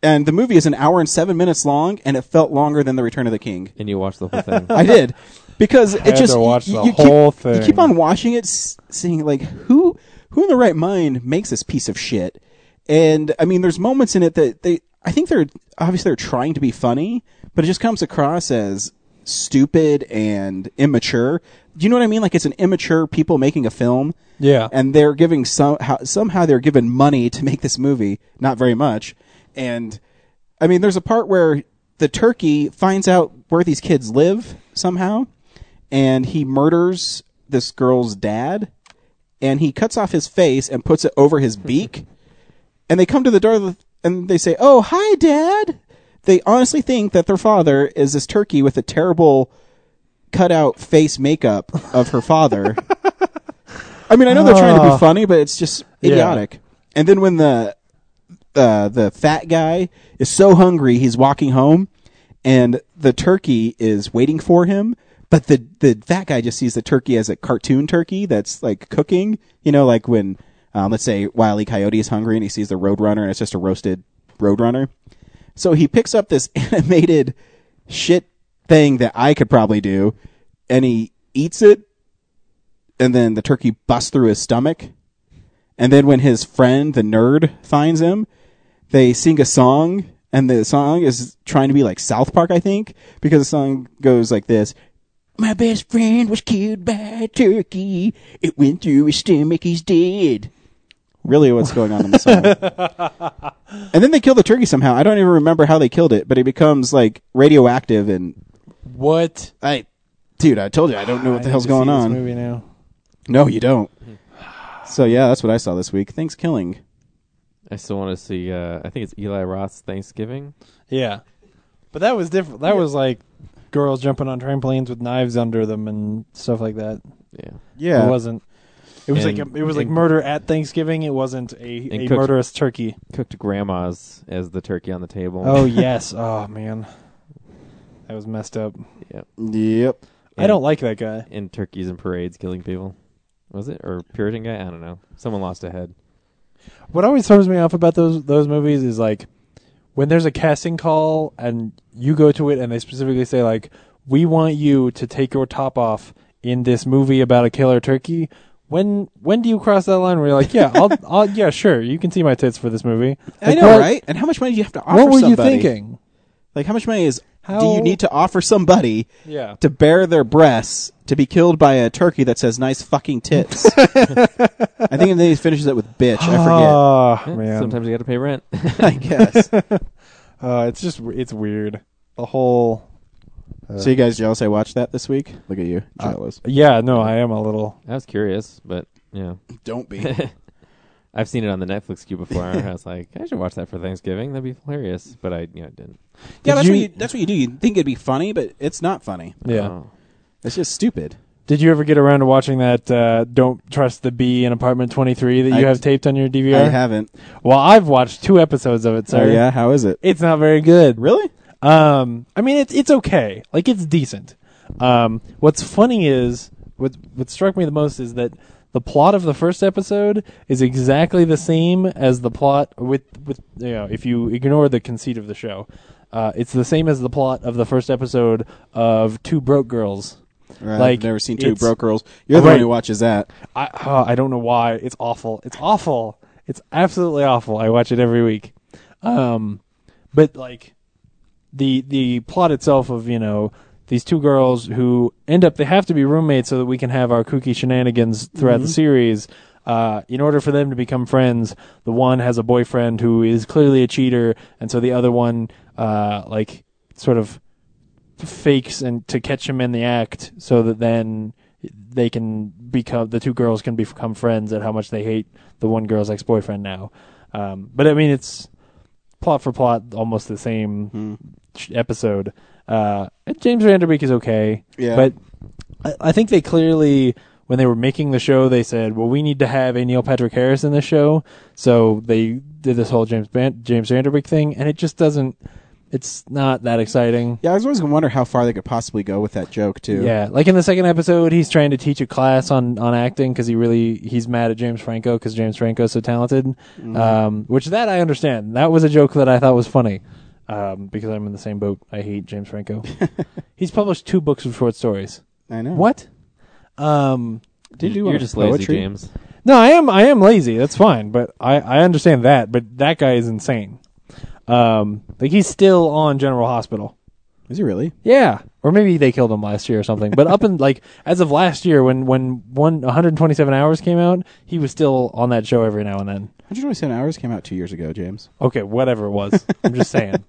Speaker 1: And the movie is an hour and seven minutes long, and it felt longer than The Return of the King.
Speaker 4: And you watch the whole thing.
Speaker 1: I did because it
Speaker 3: had
Speaker 1: just
Speaker 3: to watch
Speaker 1: you,
Speaker 3: the
Speaker 1: you
Speaker 3: whole
Speaker 1: keep, You
Speaker 3: thing.
Speaker 1: keep on watching it, s- seeing like who who in the right mind makes this piece of shit. And I mean, there's moments in it that they I think they're obviously they're trying to be funny, but it just comes across as stupid and immature. Do you know what I mean? Like it's an immature people making a film.
Speaker 3: Yeah.
Speaker 1: And they're giving some how, somehow they're given money to make this movie, not very much. And I mean, there's a part where the turkey finds out where these kids live somehow, and he murders this girl's dad, and he cuts off his face and puts it over his beak, and they come to the door of the- and they say, "Oh, hi, dad." They honestly think that their father is this turkey with a terrible cutout face makeup of her father. I mean, I know they're trying to be funny, but it's just idiotic. And then when the uh, the fat guy is so hungry he's walking home, and the turkey is waiting for him. But the the fat guy just sees the turkey as a cartoon turkey that's like cooking. You know, like when um, let's say Wile E. Coyote is hungry and he sees the Roadrunner and it's just a roasted Roadrunner. So he picks up this animated shit thing that I could probably do, and he eats it, and then the turkey busts through his stomach. And then when his friend, the nerd, finds him, they sing a song, and the song is trying to be like South Park, I think, because the song goes like this. My best friend was killed by a turkey. It went through his stomach. He's dead. Really, what's going on in the song? and then they kill the turkey somehow. I don't even remember how they killed it, but it becomes like radioactive. And
Speaker 3: what?
Speaker 1: I, dude, I told you I don't know what the
Speaker 3: I
Speaker 1: hell's
Speaker 3: need to see
Speaker 1: going
Speaker 3: this
Speaker 1: on.
Speaker 3: movie now.
Speaker 1: No, you don't. So yeah, that's what I saw this week. Thanks, killing.
Speaker 4: I still want to see. Uh, I think it's Eli Roth's Thanksgiving.
Speaker 3: Yeah. But that was different. That was like girls jumping on trampolines with knives under them and stuff like that.
Speaker 4: Yeah,
Speaker 1: Yeah,
Speaker 3: It wasn't. It was like
Speaker 4: And-
Speaker 3: a, it was like
Speaker 4: and-
Speaker 3: murder at Thanksgiving. It wasn't a, a
Speaker 4: cooked-
Speaker 3: murderous turkey.
Speaker 4: cooked grandmas as the turkey on the table.
Speaker 3: Oh yes. Oh man. That was messed up.
Speaker 1: Yep.
Speaker 3: I don't like that guy.
Speaker 4: in turkeys and parades killing people. Was it or Puritan guy? I don't know. Someone lost a head.
Speaker 3: What always throws me off about those those movies is like when there's a casting call and you go to it and they specifically say like we want you to take your top off in this movie about a killer turkey. When when do you cross that line where you're like, yeah, I'll, I'll yeah, sure, you can see my tits for this movie.
Speaker 1: I
Speaker 3: Like,
Speaker 1: know,
Speaker 3: what-
Speaker 1: right? And how much money do you have to offer
Speaker 3: What were you
Speaker 1: somebody?
Speaker 3: thinking?
Speaker 1: Like, how much money is do
Speaker 3: How-
Speaker 1: you need to offer somebody
Speaker 3: Yeah.
Speaker 1: to bare their breasts to be killed by a turkey that says "nice fucking tits"? I think, and then he finishes it with "bitch." I
Speaker 3: Oh
Speaker 4: Eh,
Speaker 3: man,
Speaker 4: Sometimes you got to pay rent.
Speaker 1: forget. I guess.
Speaker 3: uh, it's just it's weird. The whole
Speaker 1: So you guys jealous? I watched that this week. Look at you, jealous.
Speaker 3: yeah, no, I am a little.
Speaker 4: I was curious, but yeah,
Speaker 1: Don't be.
Speaker 4: I've seen it on the Netflix queue before. and I was like, I should watch that for Thanksgiving. That'd be hilarious. But I, you know, didn't.
Speaker 1: yeah, that's
Speaker 3: you-
Speaker 1: what you, that's what you do. You think it'd be funny, but it's not funny.
Speaker 3: Yeah.
Speaker 4: Oh.
Speaker 1: It's just stupid.
Speaker 3: Did you ever get around to watching that uh, "Don't Trust the Bee" in Apartment Twenty Three that you
Speaker 1: I-
Speaker 3: have taped on your DVR?
Speaker 1: I haven't.
Speaker 3: Well, I've watched two episodes of it,
Speaker 1: So
Speaker 3: sir.
Speaker 1: yeah, how is it?
Speaker 3: It's not very good.
Speaker 1: Really?
Speaker 3: Um, I mean, it's it's okay. Like it's decent. Um, what's funny is what what struck me the most is that the plot of the first episode is exactly the same as the plot with with you know if you ignore the conceit of the show, uh, it's the same as the plot of the first episode of Two Broke Girls.
Speaker 1: Right,
Speaker 3: like
Speaker 1: I've never seen two
Speaker 3: it's-
Speaker 1: broke girls. You're the one
Speaker 3: Right.
Speaker 1: who watches that.
Speaker 3: I oh, I don't know why. It's awful. It's awful. It's absolutely awful. I watch it every week. Um but like the the plot itself of, you know, these two girls who end up they have to be roommates so that we can have our kooky shenanigans throughout the series. Uh, in order for them to become friends, the one has a boyfriend who is clearly a cheater, and so the other one, uh, like, sort of fakes and to catch him in the act so that then they can become the two girls can become friends and how much they hate the one girl's ex-boyfriend now um, but i mean it's plot for plot almost the same sh- episode uh, james vanderbeek is okay
Speaker 1: Yeah.
Speaker 3: but I, I think they clearly when they were making the show they said well we need to have a neil patrick harris in this show so they did this whole james Van- james vanderbeek thing and it just doesn't it's not that exciting
Speaker 1: Yeah, I was always gonna wonder how far they could possibly go with that joke too.
Speaker 3: yeah, like in the second episode, he's trying to teach a class on on acting because he really he's mad at James Franco because James Franco's so talented. Um, which that I understand. That was a joke that I thought was funny um, because I'm in the same boat. I hate James Franco. he's published two books of short stories.
Speaker 1: I know.
Speaker 3: What? Um,
Speaker 1: did you? do
Speaker 4: You're
Speaker 1: on
Speaker 4: just lazy,
Speaker 1: poetry?
Speaker 4: James.
Speaker 3: no, I am I am lazy. That's fine, but I I understand that. But that guy is insane. Um, like he's still on General Hospital.
Speaker 1: Is he really?
Speaker 3: Yeah, or maybe they killed him last year or something. But up in like as of last year, when when one 127 hours came out, he was still on that show every now and then.
Speaker 1: 127 hours came out two years ago, James.
Speaker 3: Okay, whatever it was, I'm just saying.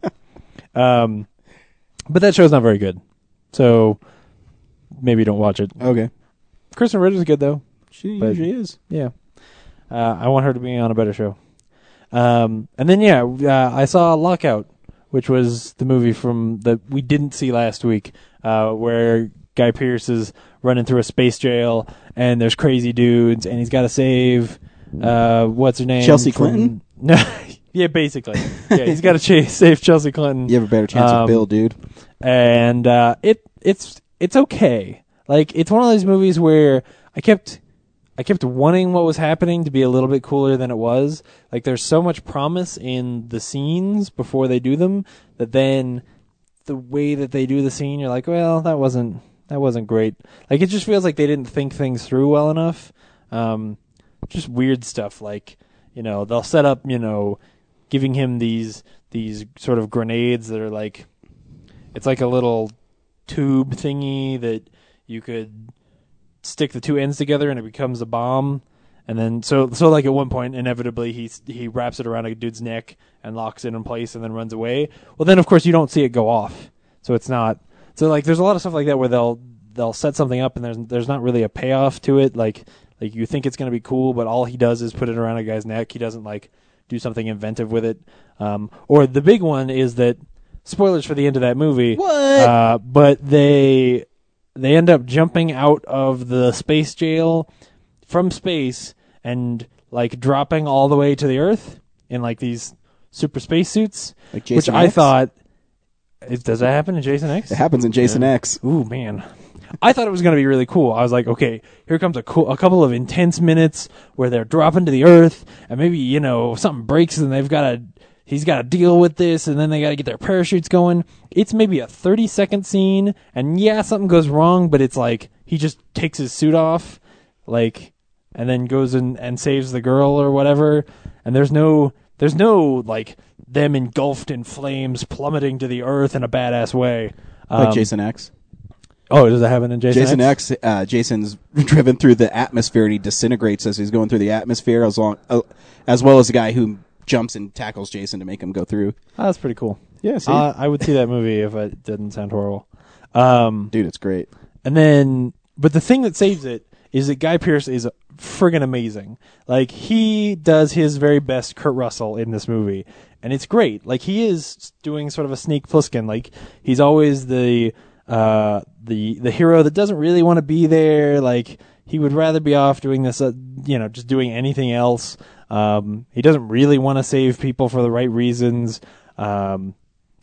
Speaker 3: Um, but that show's not very good, so maybe don't watch it.
Speaker 1: Okay,
Speaker 3: Kristen Ritter's good though.
Speaker 1: she
Speaker 3: But-
Speaker 1: usually is.
Speaker 3: Yeah. Uh, I want her to be on a better show. Um, and then yeah, uh, I saw Lockout, which was the movie from that we didn't see last week, uh, where Guy Pearce is running through a space jail and there's crazy dudes and he's got to save uh, what's her name?
Speaker 1: Chelsea
Speaker 3: from-
Speaker 1: Clinton?
Speaker 3: No. yeah, basically. Yeah, he's got to chase save Chelsea Clinton.
Speaker 1: You have a better chance
Speaker 3: Um,
Speaker 1: with Bill, dude.
Speaker 3: and uh, it it's it's okay. Like it's one of those movies where I kept I kept wanting what was happening to be a little bit cooler than it was. Like there's so much promise in the scenes before they do them that then the way that they do the scene, you're like, well, that wasn't that wasn't great. Like it just feels like they didn't think things through well enough. Um, just weird stuff like you know they'll set up you know giving him these these sort of grenades that are like it's like a little tube thingy that you could stick the two ends together and it becomes a bomb. And then so so like at one point inevitably he s- he wraps it around a dude's neck and locks it in place and then runs away. Well then of course you don't see it go off. So it's not so like there's a lot of stuff like that where they'll they'll set something up and there's there's not really a payoff to it like like you think it's going to be cool but all he does is put it around a guy's neck. He doesn't like do something inventive with it. Um or the big one is that spoilers for the end of that movie. What? Uh but they they end up jumping out of the space jail from space and like dropping all the way to the earth in like these super space suits,
Speaker 1: Like Jason
Speaker 3: which I
Speaker 1: X?
Speaker 3: thought. It, does that happen in Jason X?
Speaker 1: It happens in Jason X.
Speaker 3: Ooh man, I thought it was gonna be really cool. I was like, okay, here comes a cool, a couple of intense minutes where they're dropping to the earth, and maybe you know something breaks and they've got to, he's got to deal with this, and then they got to get their parachutes going. It's maybe a thirty second scene, and yeah, something goes wrong, but it's like he just takes his suit off, like, and then goes and and saves the girl or whatever, and there's no. There's no like them engulfed in flames plummeting to the earth in a badass way.
Speaker 1: Like
Speaker 3: Um,
Speaker 1: Jason X.
Speaker 3: Oh, does that happen in Jason,
Speaker 1: Jason X. uh, Jason's driven through the atmosphere and he disintegrates as he's going through the atmosphere, as long uh, as well as the guy who jumps and tackles Jason to make him go through.
Speaker 3: Oh, that's pretty cool.
Speaker 1: Yeah, see?
Speaker 3: Uh, I would see that movie if it didn't sound horrible. Um,
Speaker 1: Dude, it's great.
Speaker 3: and then, but the thing that saves it is that Guy Pearce is friggin' amazing. Like he does his very best Kurt Russell in this movie, and it's great. Like he is doing sort of a sneak Plissken. Like he's always the uh, the the hero that doesn't really want to be there. Like he would rather be off doing this, uh, you know, just doing anything else. Um, he doesn't really want to save people for the right reasons. Um,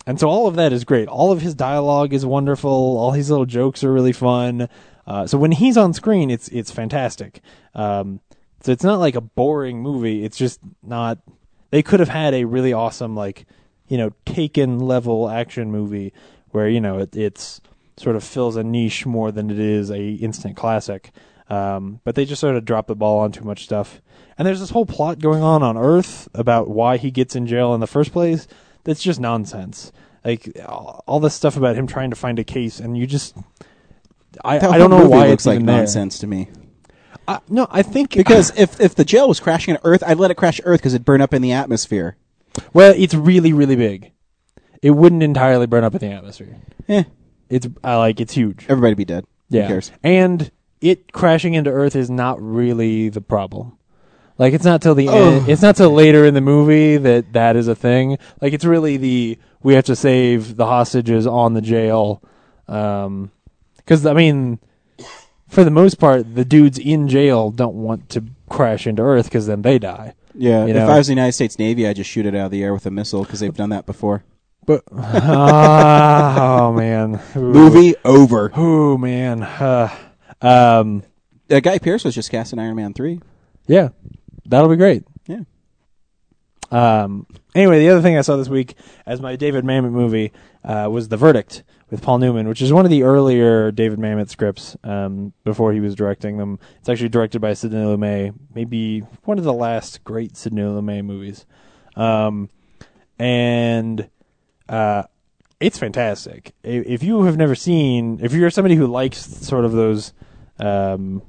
Speaker 3: and so all of that is great. All of his dialogue is wonderful. All his little jokes are really fun. Uh, so when he's on screen, it's it's fantastic. Um, so it's not like a boring movie. It's just not. They could have had a really awesome like, you know, Taken level action movie where you know it, it's sort of fills a niche more than it is a instant classic. Um, but they just sort of drop the ball on too much stuff. And there's this whole plot going on on Earth about why he gets in jail in the first place. That's just nonsense. Like all all this stuff about him trying to find a case, and you just. I,
Speaker 1: That
Speaker 3: I don't
Speaker 1: whole
Speaker 3: know
Speaker 1: movie
Speaker 3: why
Speaker 1: looks
Speaker 3: it's
Speaker 1: like
Speaker 3: even there.
Speaker 1: nonsense to me.
Speaker 3: I- no, I think
Speaker 1: Because if if the jail was crashing on Earth, I'd let it crash Earth because it'd burn up in the atmosphere.
Speaker 3: Well, it's really, really big. It wouldn't entirely burn up in the atmosphere.
Speaker 1: Eh,
Speaker 3: It's I like it's huge.
Speaker 1: everybody'd be dead.
Speaker 3: Yeah.
Speaker 1: Who cares?
Speaker 3: And it crashing into Earth is not really the problem. Like it's not till the end. It's not till later in the movie that that is a thing. Like it's really the we have to save the hostages on the jail. Um 'cause because I mean, for the most part, the dudes in jail don't want to crash into Earth because then they die.
Speaker 1: Yeah.
Speaker 3: You
Speaker 1: if
Speaker 3: know.
Speaker 1: I was the United States Navy, I'd just shoot it out of the air with a missile because they've done that before.
Speaker 3: But oh man,
Speaker 1: Movie over.
Speaker 3: Oh man. Uh, um,
Speaker 1: Uh, Guy Pierce was just cast in Iron Man three.
Speaker 3: yeah, that'll be great.
Speaker 1: Yeah.
Speaker 3: Um, anyway, the other thing I saw this week as my David Mamet movie uh, was The Verdict with Paul Newman, which is one of the earlier David Mamet scripts um, before he was directing them. It's actually directed by Sidney Lumet, maybe one of the last great Sidney Lumet movies. Um, and uh, it's fantastic. I- If you have never seen, if you're somebody who likes sort of those, um,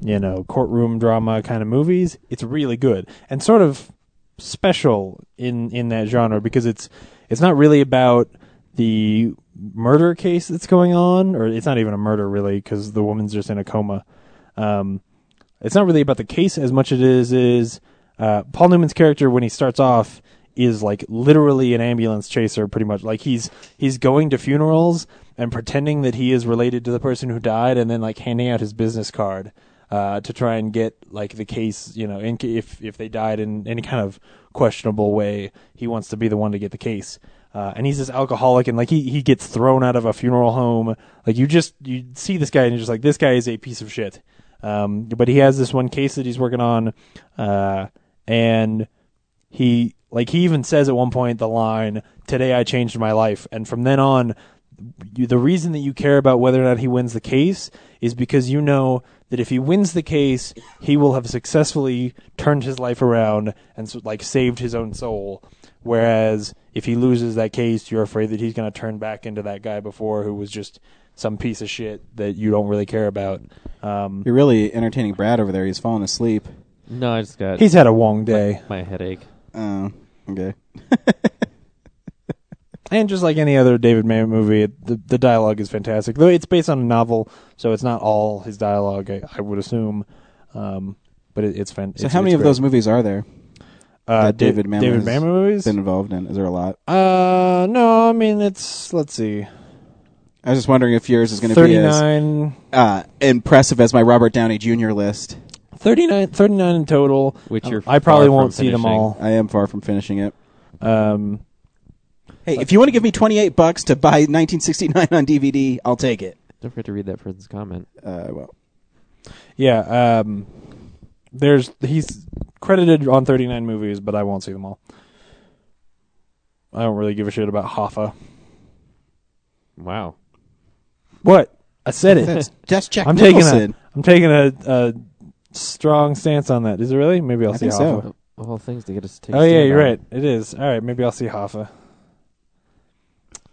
Speaker 3: you know, courtroom drama kind of movies, it's really good and sort of special in in that genre because it's it's not really about the murder case that's going on, or it's not even a murder really because the woman's just in a coma. Um, it's not really about the case as much as it is is uh, Paul Newman's character when he starts off is like literally an ambulance chaser pretty much like he's he's going to funerals and pretending that he is related to the person who died and then like handing out his business card uh, to try and get like the case you know in, ca- if if they died in any kind of questionable way he wants to be the one to get the case uh, and he's this alcoholic and like he, he gets thrown out of a funeral home like you just you see this guy and you're just like this guy is a piece of shit um, but he has this one case that he's working on, uh, and he like he even says at one point the line, "Today I changed my life," and from then on, you, the reason that you care about whether or not he wins the case is because you know that if he wins the case, he will have successfully turned his life around and so, like saved his own soul. Whereas if he loses that case, you're afraid that he's going to turn back into that guy before who was just some piece of shit that you don't really care about. Um,
Speaker 1: You're really entertaining Brad over there. He's falling asleep.
Speaker 4: No, I just got
Speaker 3: He's had a long day.
Speaker 4: my headache.
Speaker 1: Oh, okay.
Speaker 3: And just like any other David Mamet movie, it- the, the dialogue is fantastic. Though it's based on a novel, so it's not all his dialogue, I, I would assume. Um, but it, it's
Speaker 1: So
Speaker 3: fantastic.
Speaker 1: how many of those movies are there?
Speaker 3: uh,
Speaker 1: that David
Speaker 3: Da-
Speaker 1: Mamet
Speaker 3: David
Speaker 1: has
Speaker 3: Mamet movies?
Speaker 1: Been involved in? Is there a lot?
Speaker 3: uh, no, I mean, it's, let's see,
Speaker 1: I was just wondering if yours is going to be as
Speaker 3: 39,
Speaker 1: uh, impressive as my Robert Downey Jr. list.
Speaker 3: 39, 39 in total.
Speaker 4: Which you're
Speaker 3: Um, I probably
Speaker 4: far from
Speaker 3: won't see them
Speaker 4: finishing.
Speaker 3: all.
Speaker 1: I am far from finishing it.
Speaker 3: Um,
Speaker 1: Hey, if you want to give me 28 bucks to buy 1969 on DVD, I'll take it.
Speaker 4: Don't forget to read that person's comment.
Speaker 1: Uh, well,
Speaker 3: yeah, um, there's, he's credited on 39 movies, but I won't see them all. I don't really give a shit about Hoffa.
Speaker 4: Wow.
Speaker 3: What? I said it.
Speaker 1: that's, that's Jack
Speaker 3: I'm taking
Speaker 1: Nicholson.
Speaker 3: a, I'm taking a, a strong stance on that. Is it really? Maybe I'll
Speaker 1: I
Speaker 3: see
Speaker 1: think so.
Speaker 3: Hoffa.
Speaker 4: Of all things to get us to take a
Speaker 3: Oh yeah,
Speaker 4: stand
Speaker 3: you're
Speaker 4: on.
Speaker 3: right. It is. All right, maybe I'll see Hoffa.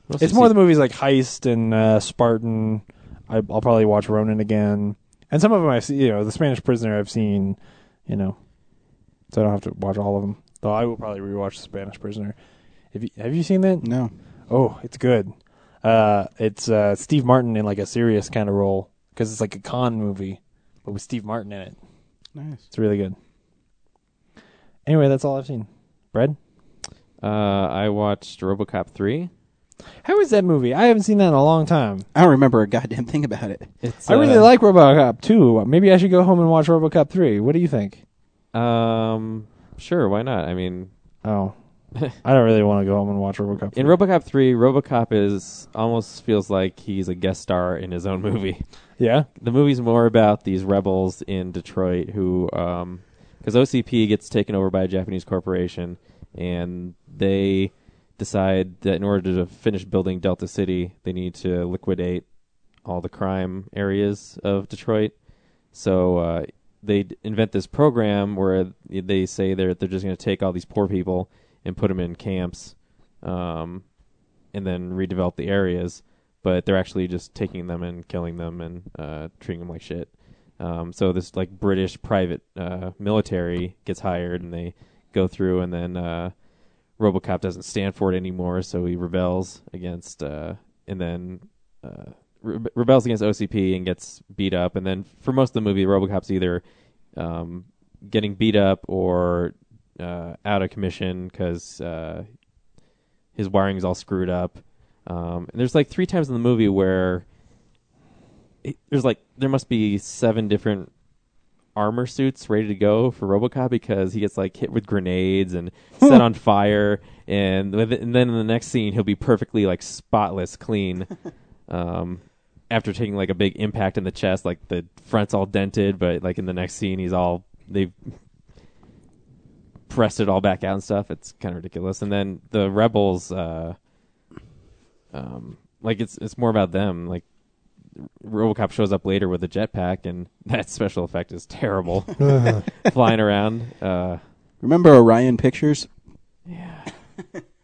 Speaker 4: We'll also
Speaker 3: It's more
Speaker 4: see-
Speaker 3: the movies like Heist and uh, Spartan. I, I'll probably watch Ronin again, and some of them I see. You know, The Spanish Prisoner I've seen. You know, so I don't have to watch all of them. Though I will probably rewatch The Spanish Prisoner. Have you Have you seen that?
Speaker 1: No.
Speaker 3: Oh, it's good. Uh, it's uh, Steve Martin in like a serious kind of role because it's like a con movie, but with Steve Martin in it.
Speaker 1: Nice.
Speaker 3: It's really good. Anyway, that's all I've seen. Brad,
Speaker 4: Uh, I watched RoboCop three.
Speaker 3: how is that movie? I haven't seen that in a long time.
Speaker 1: I don't remember a goddamn thing about it.
Speaker 4: It's,
Speaker 3: I really
Speaker 4: uh,
Speaker 3: like RoboCop 2. Maybe I should go home and watch RoboCop 3. What do you think?
Speaker 4: Um, sure, why not? I mean,
Speaker 3: Oh, I don't really want to go home and watch RoboCop.
Speaker 4: in
Speaker 3: 3.
Speaker 4: RoboCop three, RoboCop is almost feels like he's a guest star in his own movie.
Speaker 3: yeah,
Speaker 4: the movie's more about these rebels in Detroit who, um, because OCP gets taken over by a Japanese corporation, and they decide that in order to finish building Delta City, they need to liquidate all the crime areas of Detroit. So uh, they d- invent this program where they say they're they're just going to take all these poor people and put them in camps, um, and then redevelop the areas. But they're actually just taking them and killing them and uh, treating them like shit. Um, so this like British private uh, military gets hired and they go through and then uh, RoboCop doesn't stand for it anymore, so he rebels against uh, and then uh, re- rebels against OCP and gets beat up. And then for most of the movie, RoboCop's either um, getting beat up or uh, out of commission because uh, his wiring's all screwed up. Um, and there's like three times in the movie where it, there's like there must be seven different armor suits ready to go for RoboCop because he gets like hit with grenades and set on fire, and, with- and then in the next scene he'll be perfectly like spotless clean. Um, after taking like a big impact in the chest, like the front's all dented, but like in the next scene he's all they've pressed it all back out and stuff. It's kind of ridiculous. And then the rebels, uh, um, like it's it's more about them. Like RoboCop shows up later with a jetpack, and that special effect is terrible, flying around. Uh,
Speaker 1: Remember Orion Pictures?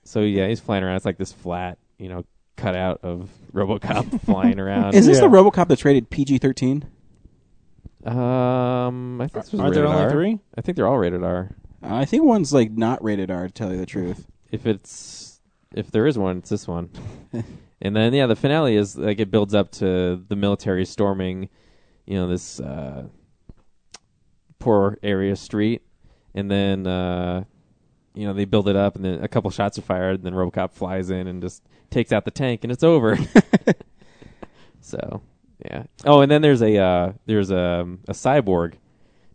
Speaker 4: so yeah, he's flying around. It's like this flat, you know, cutout of RoboCop flying around.
Speaker 1: Is this the
Speaker 3: Yeah.
Speaker 1: RoboCop that's rated PG thirteen?
Speaker 4: um, I think this was
Speaker 3: Aren't there
Speaker 4: rated
Speaker 3: only
Speaker 4: R.
Speaker 3: three?
Speaker 4: I think they're all rated R.
Speaker 1: I think one's like not rated R. To tell you the truth,
Speaker 4: if it's if there is one, it's this one. and then yeah, the finale is like it builds up to the military storming, you know, this uh, poor area street, and then uh, you know they build it up, and then a couple shots are fired, and then RoboCop flies in and just takes out the tank, and it's over. so yeah. Oh, and then there's a uh, there's a a cyborg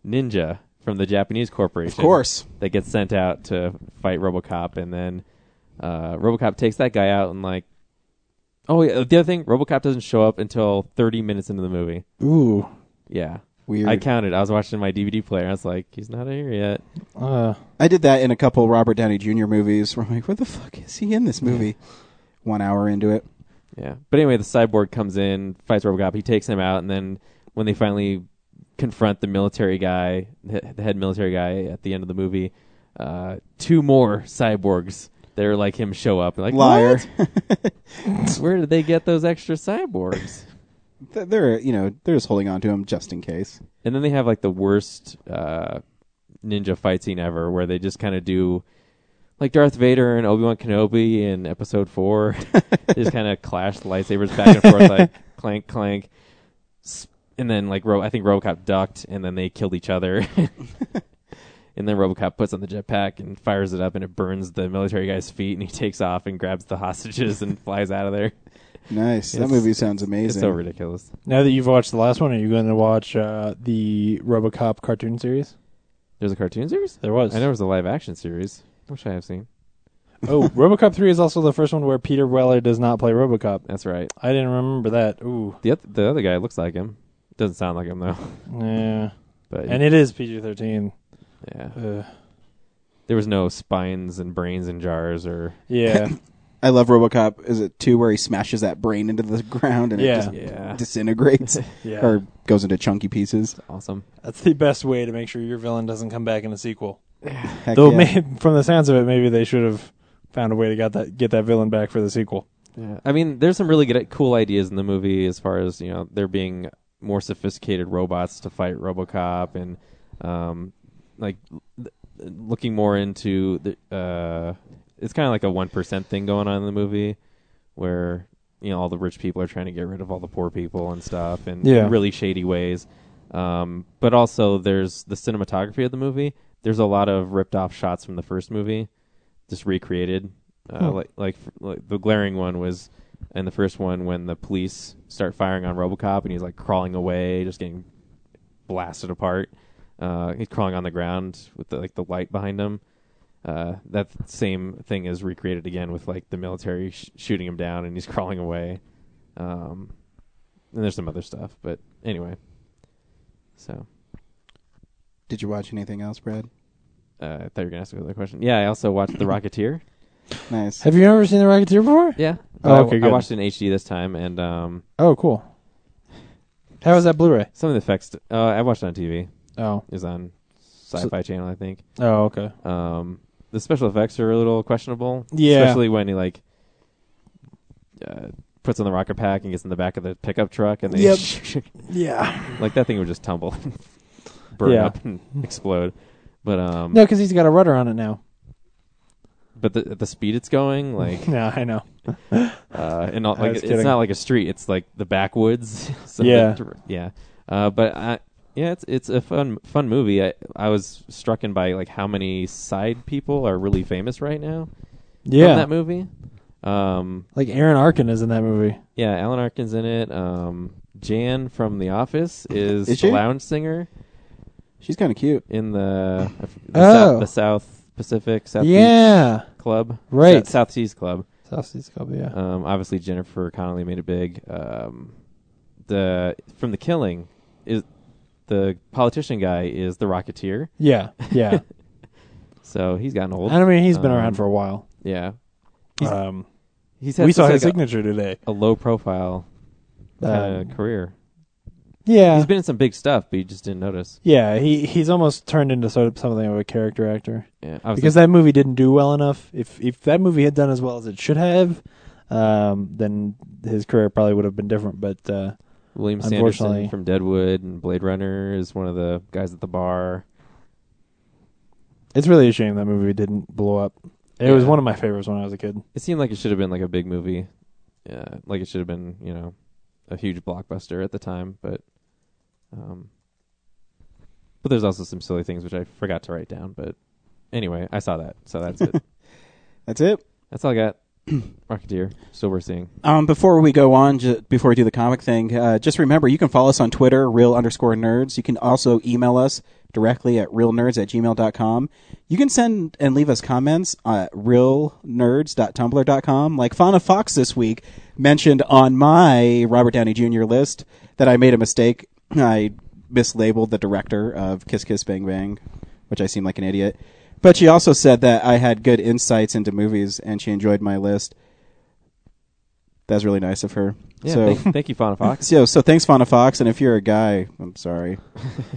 Speaker 4: ninja from the Japanese corporation
Speaker 1: of course.
Speaker 4: that gets sent out to fight RoboCop, and then uh, RoboCop takes that guy out and like. Oh, yeah, the other thing, RoboCop doesn't show up until 30 minutes into the movie.
Speaker 3: Ooh.
Speaker 4: Yeah,
Speaker 1: Weird.
Speaker 4: I
Speaker 1: I,
Speaker 4: counted. I was watching my DVD player. and I was like, he's not here yet.
Speaker 3: Uh,
Speaker 1: did that in a couple Robert Downey Jr. movies. Where I'm like, where the fuck is he in this movie? One hour into it,
Speaker 4: Yeah, but anyway, the cyborg comes in, fights RoboCop. He takes him out, and then when they finally confront the military guy, the the head military guy at the end of the movie, uh, two more cyborgs that are like him show up. Like
Speaker 1: liar.
Speaker 4: "What? Where did they get those extra cyborgs?
Speaker 1: Th- they're you know they're just holding on to him just in case.
Speaker 4: And then they have like the worst uh, ninja fight scene ever, where they just kind of do like Darth Vader and Obi Wan Kenobi in Episode Four. they just kind of clash the lightsabers back and forth, like clank clank. S- And then like Ro- I think RoboCop ducked, and then they killed each other. and then RoboCop puts on the jetpack and fires it up, and it burns the military guy's feet, and he takes off and grabs the hostages and flies out of there.
Speaker 1: Nice. that
Speaker 4: It's-
Speaker 1: movie sounds amazing.
Speaker 4: It's so ridiculous.
Speaker 3: now that you've watched the last one, are you going to watch uh, the RoboCop cartoon series?
Speaker 4: There's a cartoon series.
Speaker 3: There was.
Speaker 4: I know it was a live action series, which I have seen.
Speaker 3: oh, RoboCop 3 is also the first one where Peter Weller does not play RoboCop.
Speaker 4: That's right.
Speaker 3: I didn't remember that. Ooh.
Speaker 4: The other, the other guy looks like him. Doesn't sound like him though.
Speaker 3: Yeah.
Speaker 4: But
Speaker 3: And it is PG-13.
Speaker 4: yeah,
Speaker 3: Uh,
Speaker 4: there was no spines and brains and jars or
Speaker 3: yeah.
Speaker 1: I love RoboCop. Is it two where he smashes that brain into the ground and
Speaker 3: Yeah.
Speaker 1: it just
Speaker 4: yeah.
Speaker 1: disintegrates
Speaker 3: Yeah.
Speaker 1: or goes into chunky pieces?
Speaker 4: awesome.
Speaker 3: That's the best way to make sure your villain doesn't come back in a sequel.
Speaker 1: Heck
Speaker 3: Though
Speaker 1: yeah.
Speaker 3: may, from the sounds of it, maybe they should have found a way to got that get that villain back for the sequel.
Speaker 4: Yeah. I mean, there's some really good, cool ideas in the movie as far as you know there being more sophisticated robots to fight RoboCop and um, like th- looking more into the. Uh, it's kind of like a one percent thing going on in the movie, where you know all the rich people are trying to get rid of all the poor people and stuff, and
Speaker 3: Yeah.
Speaker 4: really shady ways. Um, but also, there's the cinematography of the movie. There's a lot of ripped off shots from the first movie, just recreated. Uh,
Speaker 3: Hmm.
Speaker 4: like, like f- like the glaring one was in the first one when the police start firing on RoboCop and he's like crawling away, just getting blasted apart. Uh, he's crawling on the ground with the, like the light behind him. Uh, that same thing is recreated again with like the military sh- shooting him down and he's crawling away. Um, and there's some other stuff, but anyway. So
Speaker 1: Did you watch anything else, Brad?
Speaker 4: uh, I thought you were gonna ask another question. Yeah, I also watched The Rocketeer.
Speaker 1: Nice.
Speaker 3: Have you ever seen The Rocketeer before?
Speaker 4: Yeah,
Speaker 3: Oh,
Speaker 4: I-
Speaker 3: okay,
Speaker 4: I
Speaker 3: good.
Speaker 4: watched it in HD this time, and um,
Speaker 3: Oh, cool. How was that Blu-ray?
Speaker 4: Some of the effects. Uh, I watched it on TV.
Speaker 3: Oh,
Speaker 4: It was on Sci-Fi Channel, I think.
Speaker 3: oh, okay.
Speaker 4: Um, the special effects are a little questionable.
Speaker 3: Yeah.
Speaker 4: Especially when he like uh, puts on the rocket pack and gets in the back of the pickup truck and they
Speaker 3: Yep. Yeah.
Speaker 4: like that thing would just tumble, burn
Speaker 3: Yeah.
Speaker 4: up, and explode. But um,
Speaker 3: No, because he's got a rudder on it now.
Speaker 4: but the, at the speed it's going, like,
Speaker 3: Yeah, I know.
Speaker 4: uh, and not,
Speaker 3: I
Speaker 4: like
Speaker 3: was
Speaker 4: it's
Speaker 3: kidding.
Speaker 4: not like a street; it's like the backwoods. so
Speaker 3: Yeah.
Speaker 4: the- yeah. Uh, but I, yeah, it's it's a fun fun movie. I I was struck in by like how many side people are really famous right now. from
Speaker 3: Yeah,
Speaker 4: that movie. Um,
Speaker 3: like Aaron Arkin is in that movie.
Speaker 4: yeah, Alan Arkin's in it. Um, Jan from The Office
Speaker 1: Is
Speaker 4: is, the
Speaker 1: she?
Speaker 4: lounge singer
Speaker 1: She's kind of cute.
Speaker 4: in the I f- the,
Speaker 3: Oh.
Speaker 4: South, the South Pacific South
Speaker 3: Yeah,
Speaker 4: Beach Club,
Speaker 3: Right.
Speaker 4: South, South Seas Club.
Speaker 3: South Seas Club. Yeah.
Speaker 4: Um, obviously Jennifer Connelly made it big. Um, the from The Killing is the politician guy is the Rocketeer,
Speaker 3: yeah, yeah.
Speaker 4: so he's gotten old.
Speaker 3: I mean, he's been
Speaker 4: Um,
Speaker 3: around for a while.
Speaker 4: Yeah, He's-
Speaker 3: Um,
Speaker 4: he's had
Speaker 3: we
Speaker 4: such,
Speaker 3: saw
Speaker 4: like,
Speaker 3: his
Speaker 4: a-
Speaker 3: signature today.
Speaker 4: a, low profile uh,
Speaker 3: Um,
Speaker 4: career.
Speaker 3: Yeah,
Speaker 4: He's been in some big stuff, but you just didn't notice.
Speaker 3: yeah. He he's almost turned into sort of something of a character actor
Speaker 4: Yeah, I was
Speaker 3: because that movie didn't do well enough. If if that movie had done as well as it should have, um, then his career probably would have been different. But uh,
Speaker 4: William
Speaker 3: Unfortunately.
Speaker 4: Sanderson from Deadwood and Blade Runner is one of the guys at the bar.
Speaker 3: it's really a shame that movie didn't blow up. It was
Speaker 4: Yeah.
Speaker 3: one of my favorites when I was a kid.
Speaker 4: It seemed like it should have been like a big movie, yeah, like it should have been you know a huge blockbuster at the time. But, um, but there's also some silly things which I forgot to write down. But anyway, I saw that, so that's it.
Speaker 1: That's it.
Speaker 4: That's all I got. Rocketeer, still worth seeing.
Speaker 1: Um, before we go on, ju- before we do the comic thing, uh, just remember you can follow us on Twitter, real underscore nerds. You can also email us directly at realnerds at gmail.com. You can send and leave us comments at realnerds.tumblr.com. Like Fauna Fox this week mentioned on my Robert Downey Jr. list that I made a mistake. I mislabeled the director of Kiss Kiss Bang Bang, which I seem like an idiot. But she also said that I had good insights into movies and she enjoyed my list. That's really nice of her.
Speaker 4: Yeah,
Speaker 1: so,
Speaker 4: thank, thank you, Fauna Fox.
Speaker 1: so, so thanks, Fauna Fox. And if you're a guy, I'm sorry.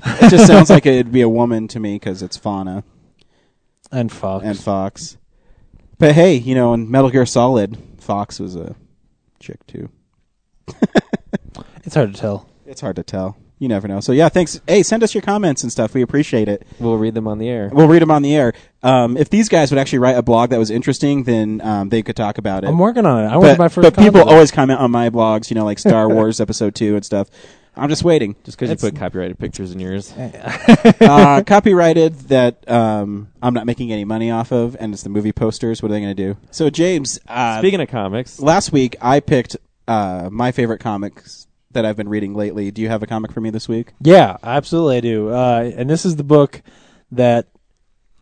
Speaker 1: it just sounds like it'd be a woman to me because it's Fauna
Speaker 3: And Fox.
Speaker 1: and Fox. But hey, you know, in Metal Gear Solid, Fox was a chick too.
Speaker 3: it's hard to tell.
Speaker 1: It's hard to tell. You never know. So yeah, thanks. Hey, send us your comments and stuff. We appreciate it.
Speaker 4: We'll read them on the air.
Speaker 1: We'll read them on the air. Um, if these guys would actually write a blog that was interesting, then um, they could talk about it.
Speaker 3: I'm working on it. I
Speaker 1: but
Speaker 3: wanted my first.
Speaker 1: but people
Speaker 3: comment.
Speaker 1: always comment on my blogs, you know, like Star Wars Episode Two and stuff. I'm just waiting.
Speaker 4: Just because you
Speaker 3: It's-
Speaker 4: put copyrighted pictures in yours.
Speaker 1: uh, copyrighted that um, I'm not making any money off of, and it's the movie posters. What are they going to do? So, James, uh,
Speaker 4: Speaking of comics,
Speaker 1: last week I picked uh, my favorite comics that I've been reading lately. Do you have a comic for me this week?
Speaker 3: Yeah, absolutely, I do. Uh, and this is the book that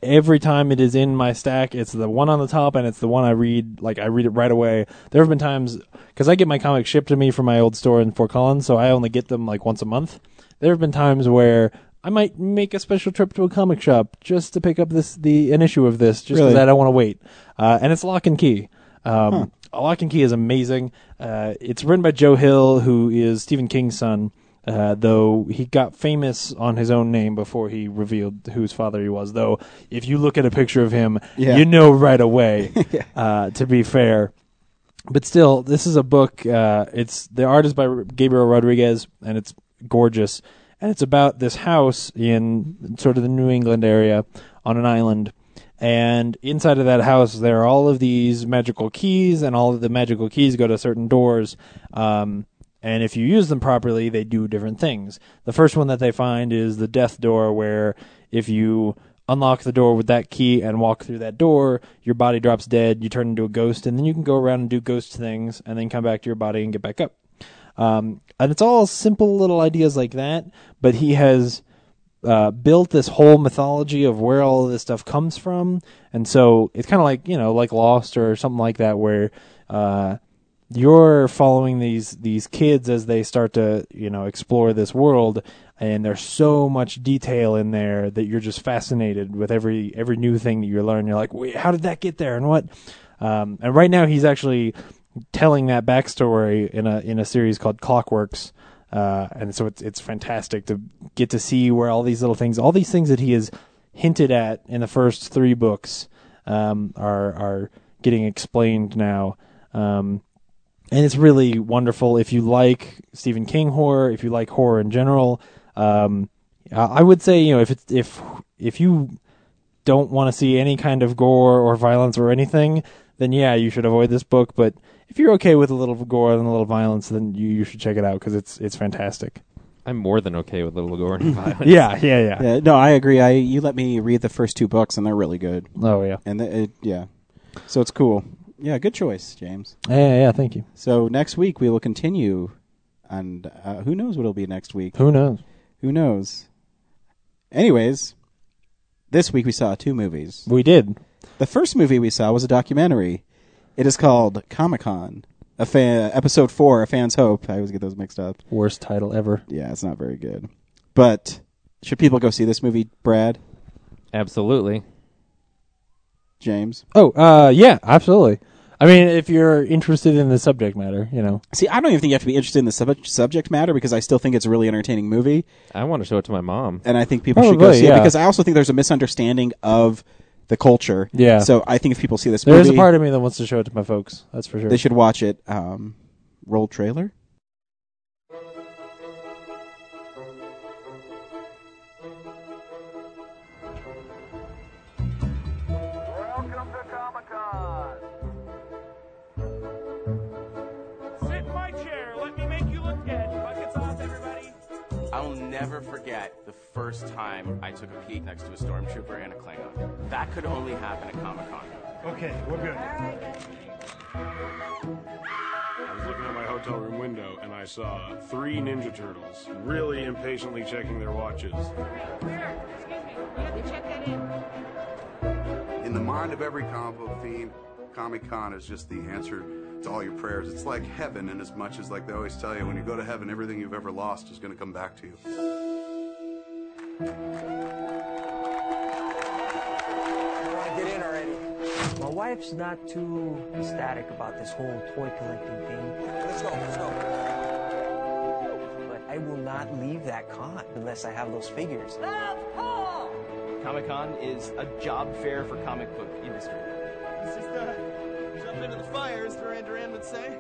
Speaker 3: every time it is in my stack, it's the one on the top, and it's the one I read. Like I read it right away. There have been times because I get my comics shipped to me from my old store in Fort Collins, so I only get them like once a month. There have been times where I might make a special trip to a comic shop just to pick up this the an issue of this, just because
Speaker 1: Really?
Speaker 3: I don't want to wait. Uh, and it's Lock and Key. Um, Lock and Key is amazing. Uh, it's written by Joe Hill, who is Stephen King's son. Uh, though he got famous on his own name before he revealed whose father he was. Though, if you look at a picture of him,
Speaker 1: Yeah.
Speaker 3: you know right away. uh, to be fair, but still, this is a book. Uh, it's the art is by R- Gabriel Rodriguez, and it's gorgeous. And it's about this house in sort of the New England area on an island. And inside of that house, there are all of these magical keys, and all of the magical keys go to certain doors. Um, and if you use them properly, they do different things. The first one that they find is the death door, where if you unlock the door with that key and walk through that door, your body drops dead, you turn into a ghost, and then you can go around and do ghost things and then come back to your body and get back up. Um, and it's all simple little ideas like that, but he has uh, built this whole mythology of where all of this stuff comes from. And so it's kind of like, you know, like Lost or something like that, where uh, you're following these, these kids as they start to, you know, explore this world. And there's so much detail in there that you're just fascinated with every every new thing that you learn. You're like, wait, how did that get there? And what? Um, and right now he's actually telling that backstory in a in a series called Clockworks, Uh, and so it's it's fantastic to get to see where all these little things, all these things that he has hinted at in the first three books, um, are are getting explained now. Um, and it's really wonderful. If you like Stephen King horror, if you like horror in general, um, I I would say you know if it's if if you don't want to see any kind of gore or violence or anything, then yeah, you should avoid this book. But if you're okay with a little gore and a little violence, then you, you should check it out because it's it's fantastic.
Speaker 4: I'm more than okay with little gore and violence.
Speaker 3: Yeah, yeah, yeah.
Speaker 1: Yeah, Uh, no, I agree. I you let me read the first two books, and they're really good.
Speaker 3: Oh yeah,
Speaker 1: And the, it, yeah, so it's cool. Yeah, good choice, James.
Speaker 3: yeah, yeah. Thank you.
Speaker 1: So next week we will continue, and uh, who knows what it'll be next week?
Speaker 3: Who knows?
Speaker 1: Who knows? Anyways, this week we saw two movies.
Speaker 3: We did.
Speaker 1: The first movie we saw was a documentary. It is called Comic Con, a fan episode four, a fan's hope. I always get those mixed up.
Speaker 3: Worst title ever.
Speaker 1: Yeah, it's not very good. But should people go see this movie, Brad,
Speaker 4: Absolutely.
Speaker 1: James?
Speaker 3: Oh, uh, yeah, absolutely. I mean, if you're interested in the subject matter, you know.
Speaker 1: See, I don't even think you have to be interested in the sub- subject matter because I still think it's a really entertaining movie.
Speaker 4: I want to show it to my mom.
Speaker 1: and I think people should go
Speaker 3: Probably,
Speaker 1: see it
Speaker 3: yeah.
Speaker 1: because I also think there's a misunderstanding of the culture.
Speaker 3: Yeah.
Speaker 1: So I think if people see this
Speaker 3: There is
Speaker 1: movie,
Speaker 3: a part of me that wants to show it to my folks. That's for sure.
Speaker 1: they should watch it. Um, roll trailer.
Speaker 5: Welcome to Comic Con.
Speaker 6: Sit in my chair. Let me make you look good. Buckets off, everybody.
Speaker 7: I'll never forget the first time I took a peek next to a stormtrooper and a Klingon. That could only happen at Comic Con.
Speaker 8: Okay, we're good.
Speaker 9: I was looking out my hotel room window and I saw three Ninja Turtles really impatiently checking their watches.
Speaker 10: Where? Excuse me. Let me check that in.
Speaker 11: In the mind of every comic book fiend, Comic Con is just the answer to all your prayers. It's like heaven, in as much as, like they always tell you, when you go to heaven, everything you've ever lost is going to come back to you.
Speaker 5: Get in already. My wife's not too ecstatic about this whole toy collecting thing. Let's go, let's go. But I will not leave that con unless I have those figures.
Speaker 7: Comic Con is a job fair for comic book industry.
Speaker 6: It's just uh, jump into the fire, as Duran Duran would say.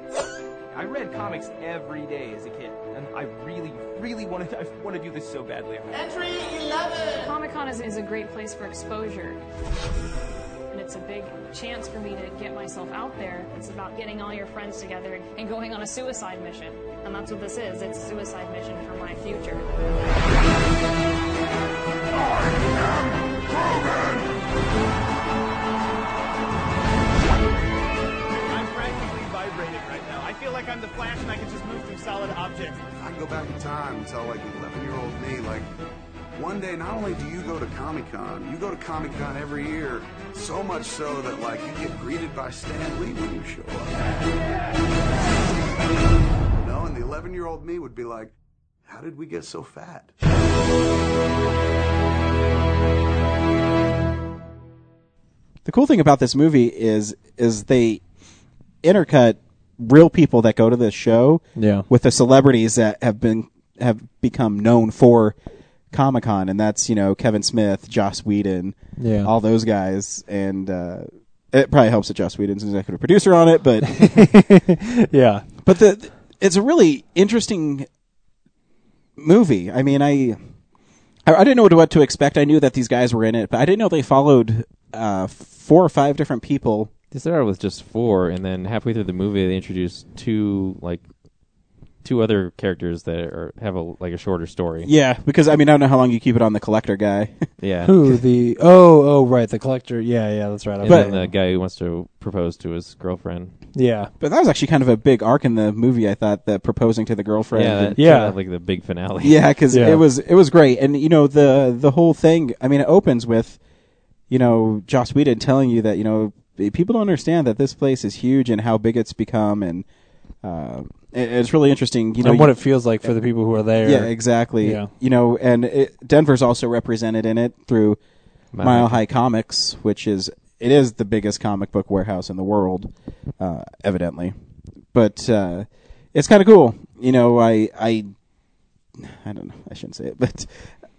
Speaker 7: I read comics every day as a kid, and I really, really wanted I want to do this so badly.
Speaker 10: Comic Con is, is a great place for exposure. And it's a big chance for me to get myself out there. It's about getting all your friends together and going on a suicide mission. And that's what this is it's a suicide mission for my future.
Speaker 6: I'm practically vibrating right now. I feel like I'm the Flash and I can just move through solid objects.
Speaker 11: I can go back in time and tell, like, 11 year old me, like, one day, not only do you go to Comic Con, you go to Comic Con every year, so much so that, like, you get greeted by Stan Lee when you show up. No, and the 11 year old me would be like, how did we get so fat?
Speaker 1: The cool thing about this movie is is they intercut real people that go to this show
Speaker 3: Yeah.
Speaker 1: with the celebrities that have been have become known for Comic Con, and that's you know Kevin Smith, Joss Whedon,
Speaker 3: Yeah.
Speaker 1: all those guys, and uh, it probably helps that Joss Whedon's an executive producer on it, but.
Speaker 3: yeah.
Speaker 1: But the it's a really interesting movie. I mean, I I I didn't know what to expect. I knew that these guys were in it, but I didn't know they followed uh, four or five different people.
Speaker 4: They started with just four, and then halfway through the movie, they introduced two like two other characters that are have a like a shorter story.
Speaker 1: Yeah, because I mean, I don't know how long you keep it on the collector guy.
Speaker 4: Yeah.
Speaker 3: Who the? Oh, oh, right. The collector. Yeah, yeah. That's right.
Speaker 4: And
Speaker 1: But-
Speaker 4: then the guy who wants to propose to his girlfriend.
Speaker 3: yeah.
Speaker 1: but that was actually kind of a big arc in the movie. I thought that proposing to the girlfriend.
Speaker 4: Yeah,
Speaker 1: and-
Speaker 4: that,
Speaker 3: Yeah.
Speaker 4: that had, like the big finale.
Speaker 1: yeah, because
Speaker 3: Yeah.
Speaker 1: it was it was great, and you know the the whole thing. I mean, it opens with you know Joss Whedon telling you that you know eh, people don't understand that this place is huge and how big it's become, and uh, it- it's really interesting. You know
Speaker 3: and what
Speaker 1: you-
Speaker 3: it feels like for the people who are there.
Speaker 1: yeah, exactly.
Speaker 3: Yeah.
Speaker 1: You know, and it, Denver's also represented in it through
Speaker 4: Mile
Speaker 1: Mile
Speaker 4: High.
Speaker 1: High Comics, which is it is the biggest comic book warehouse in the world, uh, evidently. But uh, it's kind of cool. You know, I I I don't know. I shouldn't say it, but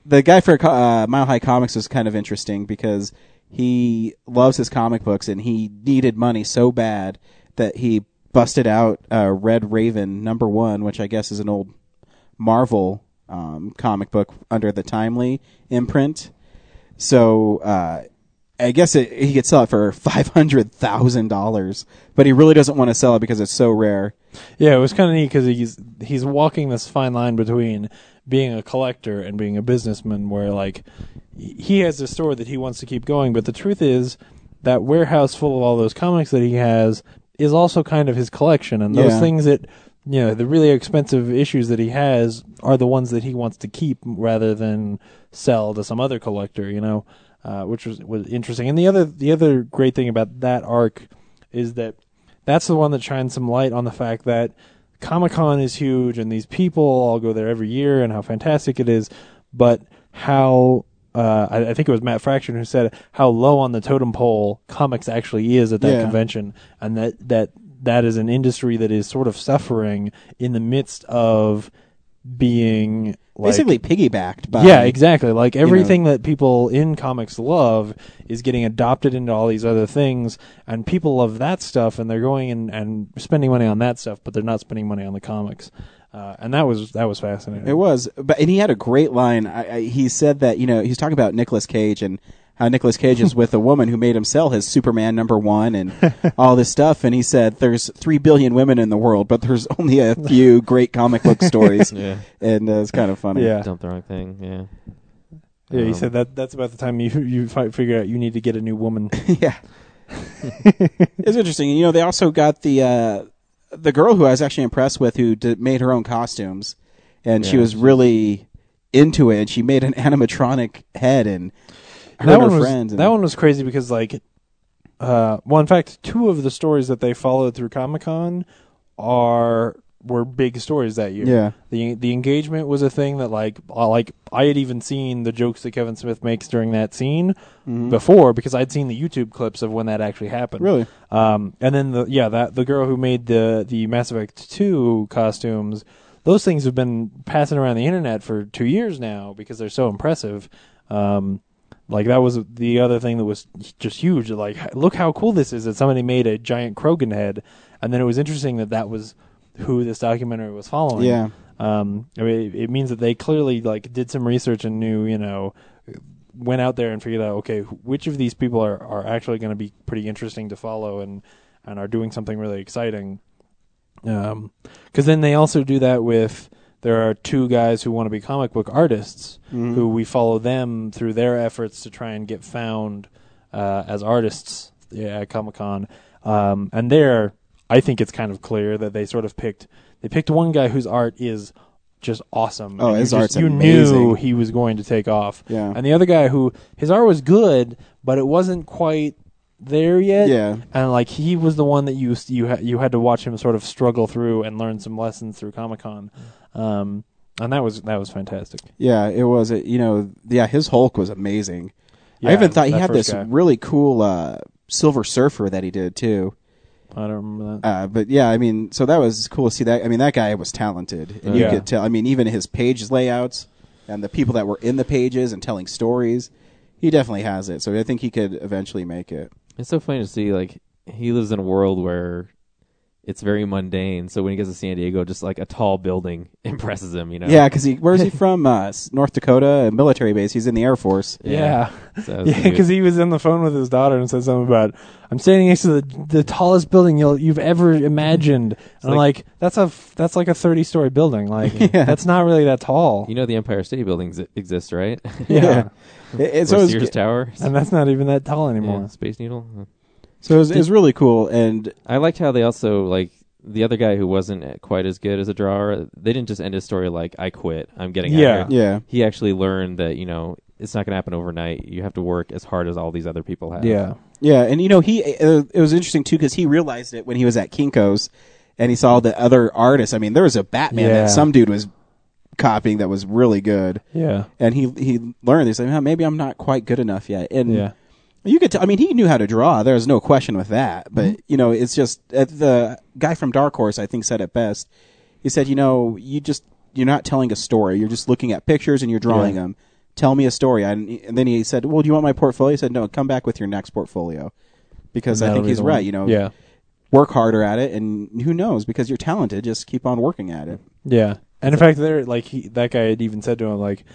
Speaker 1: the guy for co- uh, Mile High Comics was kind of interesting because he loves his comic books and he needed money so bad that he busted out uh, Red Raven number one, which I guess is an old Marvel um, comic book under the Timely imprint. So uh, I guess it, he could sell it for five hundred thousand dollars, but he really doesn't want to sell it because it's so rare.
Speaker 3: Yeah, it was kind of neat because he's he's walking this fine line between being a collector and being a businessman, where like he has a store that he wants to keep going, but the truth is that warehouse full of all those comics that he has is also kind of his collection, and those
Speaker 1: Yeah.
Speaker 3: things that you know the really expensive issues that he has are the ones that he wants to keep rather than sell to some other collector, you know, uh, which was was interesting. And the other the other great thing about that arc is that that's the one that shines some light on the fact that Comic Con is huge and these people all go there every year and how fantastic it is, but how uh, I, I think it was Matt Fraction who said how low on the totem pole comics actually is at that
Speaker 1: Yeah.
Speaker 3: convention, and that that that is an industry that is sort of suffering in the midst of being like,
Speaker 1: Basically um, piggybacked by
Speaker 3: yeah, exactly. Like everything that people in comics love is getting adopted into all these other things, and people love that stuff, and they're going and, and spending money on that stuff, but they're not spending money on the comics. Uh, and that was that was fascinating.
Speaker 1: It was, but and he had a great line. I, I, he said that you know he's talking about Nicolas Cage and how Nicolas Cage is with a woman who made him sell his Superman number one and all this stuff. And he said, "There's three billion women in the world, but there's only a few great comic book stories."
Speaker 4: Yeah.
Speaker 1: and uh, it's kind of funny.
Speaker 3: yeah,
Speaker 4: Dump the wrong thing. Yeah.
Speaker 3: yeah. He
Speaker 4: Um,
Speaker 3: said that that's about the time you you fi- figure out you need to get a new woman.
Speaker 1: yeah. it's interesting. You know, they also got the uh, the girl who I was actually impressed with, who did, made her own costumes, and she
Speaker 4: Yeah.
Speaker 1: was really into it. And she made an animatronic head, and her and
Speaker 3: that
Speaker 1: her
Speaker 3: one was
Speaker 1: friends. and-
Speaker 3: that one was crazy because like, uh, well, in fact, two of the stories that they followed through Comic Con are were big stories that year.
Speaker 1: Yeah.
Speaker 3: the the engagement was a thing that like I- like I had even seen the jokes that Kevin Smith makes during that scene Mm-hmm. before because I'd seen the YouTube clips of when that actually happened.
Speaker 1: Really?
Speaker 3: Um, and then the yeah that the girl who made the the Mass Effect two costumes, those things have been passing around the internet for two years now because they're so impressive. Um, like that was the other thing that was just huge. Like look how cool this is that somebody made a giant Krogan head, and then it was interesting that that was who this documentary was following.
Speaker 1: Yeah.
Speaker 3: Um, I mean, it- it means that they clearly like did some research and knew, you know, went out there and figured out, okay, wh- which of these people are, are actually going to be pretty interesting to follow and, and are doing something really exciting. Um, cause then they also do that with, there are two guys who want to be comic book artists who
Speaker 1: Mm-hmm.
Speaker 3: we follow them through their efforts to try and get found, uh, as artists yeah, at Comic Con. Um, and there, I think it's kind of clear that they sort of picked, they picked one guy whose art is just awesome.
Speaker 1: Oh,
Speaker 3: And you
Speaker 1: his
Speaker 3: just-
Speaker 1: art's
Speaker 3: You
Speaker 1: amazing.
Speaker 3: knew he was going to take off.
Speaker 1: Yeah.
Speaker 3: And the other guy who his art was good, but it wasn't quite there yet.
Speaker 1: Yeah.
Speaker 3: And like he was the one that you you ha- you had to watch him sort of struggle through and learn some lessons through Comic Con.
Speaker 1: Mm-hmm.
Speaker 3: Um, and that was that was fantastic.
Speaker 1: Yeah, it was. It, you know, yeah, his Hulk was amazing. I
Speaker 3: Yeah,
Speaker 1: even thought he
Speaker 3: that
Speaker 1: had
Speaker 3: first
Speaker 1: this
Speaker 3: guy.
Speaker 1: really cool uh, Silver Surfer that he did too.
Speaker 3: I don't remember that.
Speaker 1: Uh, but yeah, I mean, so that was cool to see that. I mean, that guy was talented, and
Speaker 3: Yeah.
Speaker 1: you could tell. I mean, even his page layouts and the people that were in the pages and telling stories, he definitely has it. So I think he could eventually make it.
Speaker 4: It's so funny to see like he lives in a world where it's very mundane. So when he gets to San Diego, just like a tall building impresses him. You know.
Speaker 1: Yeah, because he where's he from? Uh, s- North Dakota, a military base. He's in the Air Force.
Speaker 3: yeah.
Speaker 4: So it's
Speaker 3: Yeah,
Speaker 4: gonna be-
Speaker 3: because he was on the phone with his daughter and said something about, "I'm standing next to the the tallest building you'll, you've ever imagined," and I'm like, "That's a f- that's like a 30 story building. Like that's not really that tall."
Speaker 4: you know the Empire State Building ex- exists, right?
Speaker 3: yeah.
Speaker 1: It- it's
Speaker 4: or
Speaker 1: always-
Speaker 4: Sears Tower,
Speaker 3: and that's not even that tall
Speaker 4: Yeah,
Speaker 3: anymore.
Speaker 4: Space Needle.
Speaker 1: so it was, it was really cool, and
Speaker 4: I liked how they also like the other guy who wasn't quite as good as a drawer. They didn't just end his story like I quit. I'm getting out.
Speaker 3: Yeah.
Speaker 4: of here."
Speaker 1: yeah,
Speaker 4: He actually learned that you know it's not going to happen overnight. You have to work as hard as all these other people have.
Speaker 3: Yeah.
Speaker 1: Yeah, and you know he uh, it was interesting too because he realized it when he was at Kinkos, and he saw the other artists. I mean, there was a Batman
Speaker 3: Yeah.
Speaker 1: that some dude was copying that was really good,
Speaker 3: Yeah.
Speaker 1: and he he learned this. Like, "Huh, maybe I'm not quite good enough yet. And
Speaker 3: Yeah.
Speaker 1: you could, t- I mean, he knew how to draw. There was no question with that.
Speaker 3: Mm-hmm.
Speaker 1: But you know, it's just uh, the guy from Dark Horse, I think, said it best. He said, you know, you just you're not telling a story. You're just looking at pictures and you're drawing them. Tell me a story." I, and then he said, "Well, do you want my portfolio?" He said, "No, come back with your next portfolio," because I
Speaker 3: That'll
Speaker 1: think
Speaker 3: be
Speaker 1: he's
Speaker 3: the
Speaker 1: right.
Speaker 3: one.
Speaker 1: You know,
Speaker 3: Yeah.
Speaker 1: work harder at it, and who knows? Because you're talented, just keep on working at it.
Speaker 3: Yeah, and in fact, there like he, that guy had even said to him like,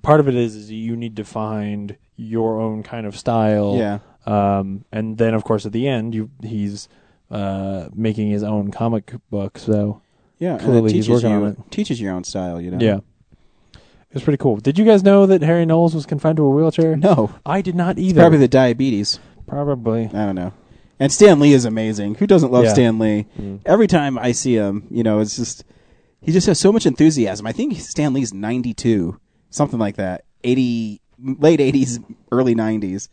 Speaker 3: part of it is, is you need to find your own kind of style.
Speaker 1: Yeah.
Speaker 3: Um, and then of course at the end you he's uh making his own comic book, so
Speaker 1: Yeah, and
Speaker 3: clearly
Speaker 1: it
Speaker 3: he's
Speaker 1: teaches
Speaker 3: working
Speaker 1: you
Speaker 3: on it.
Speaker 1: teaches your own style. You know.
Speaker 3: Yeah. It was pretty cool. Did you guys know that Harry Knowles was confined to a wheelchair?
Speaker 1: No,
Speaker 3: I did not either.
Speaker 1: probably the diabetes.
Speaker 3: Probably.
Speaker 1: I don't know. And Stan Lee is amazing. Who doesn't love
Speaker 3: Yeah. Mm-hmm.
Speaker 1: Stan Lee? Every time I see him, you know, it's just he just has so much enthusiasm. I think Stan Lee's 92, something like that. 80 late 80s, early 90s.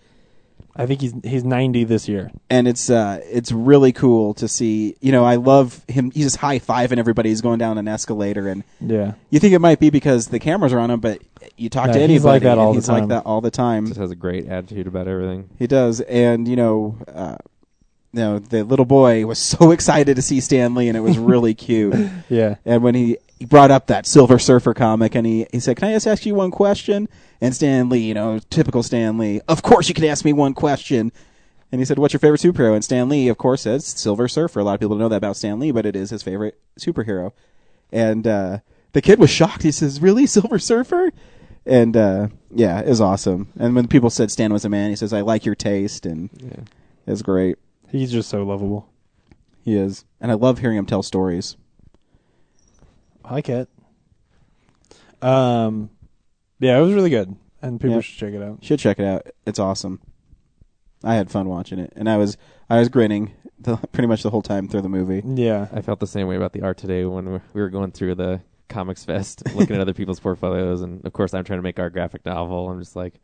Speaker 3: I think he's he's ninety this year.
Speaker 1: And it's uh it's really cool to see. You know, I love him. He's just high-fiving everybody who's going down an escalator and
Speaker 3: Yeah.
Speaker 1: you think it might be because the cameras are on him, but you talk
Speaker 3: No,
Speaker 1: to
Speaker 3: he's
Speaker 1: anybody
Speaker 3: like that
Speaker 1: and
Speaker 3: all the
Speaker 1: he's
Speaker 3: time.
Speaker 1: like that all the time.
Speaker 4: Just has a great attitude about everything.
Speaker 1: He does, and you know, uh, you know, the little boy was so excited to see Stan Lee, and it was really cute.
Speaker 3: Yeah.
Speaker 1: And when he, he brought up that Silver Surfer comic, and he, he said, "Can I just ask you one question?" And Stan Lee, you know, typical Stan Lee, of course you can ask me one question. And he said, "What's your favorite superhero?" And Stan Lee, of course, says Silver Surfer. A lot of people don't know that about Stan Lee, but it is his favorite superhero. And uh, the kid was shocked. He says, "Really, Silver Surfer?" And uh, yeah, it was awesome. And when people said Stan was a man, he says, "I like your taste," and it's great.
Speaker 3: He's just so lovable.
Speaker 1: He is, and I love hearing him tell stories.
Speaker 3: Hi, Cat. Um, yeah, it was really good, and people
Speaker 1: Yeah.
Speaker 3: should check it out.
Speaker 1: should check it out. It's awesome. I had fun watching it, and I was I was grinning the, pretty much the whole time through the movie.
Speaker 3: Yeah,
Speaker 4: I felt the same way about the art today when we- we were going through the comics fest, looking at other people's portfolios, and of course I'm trying to make our graphic novel. I'm just like,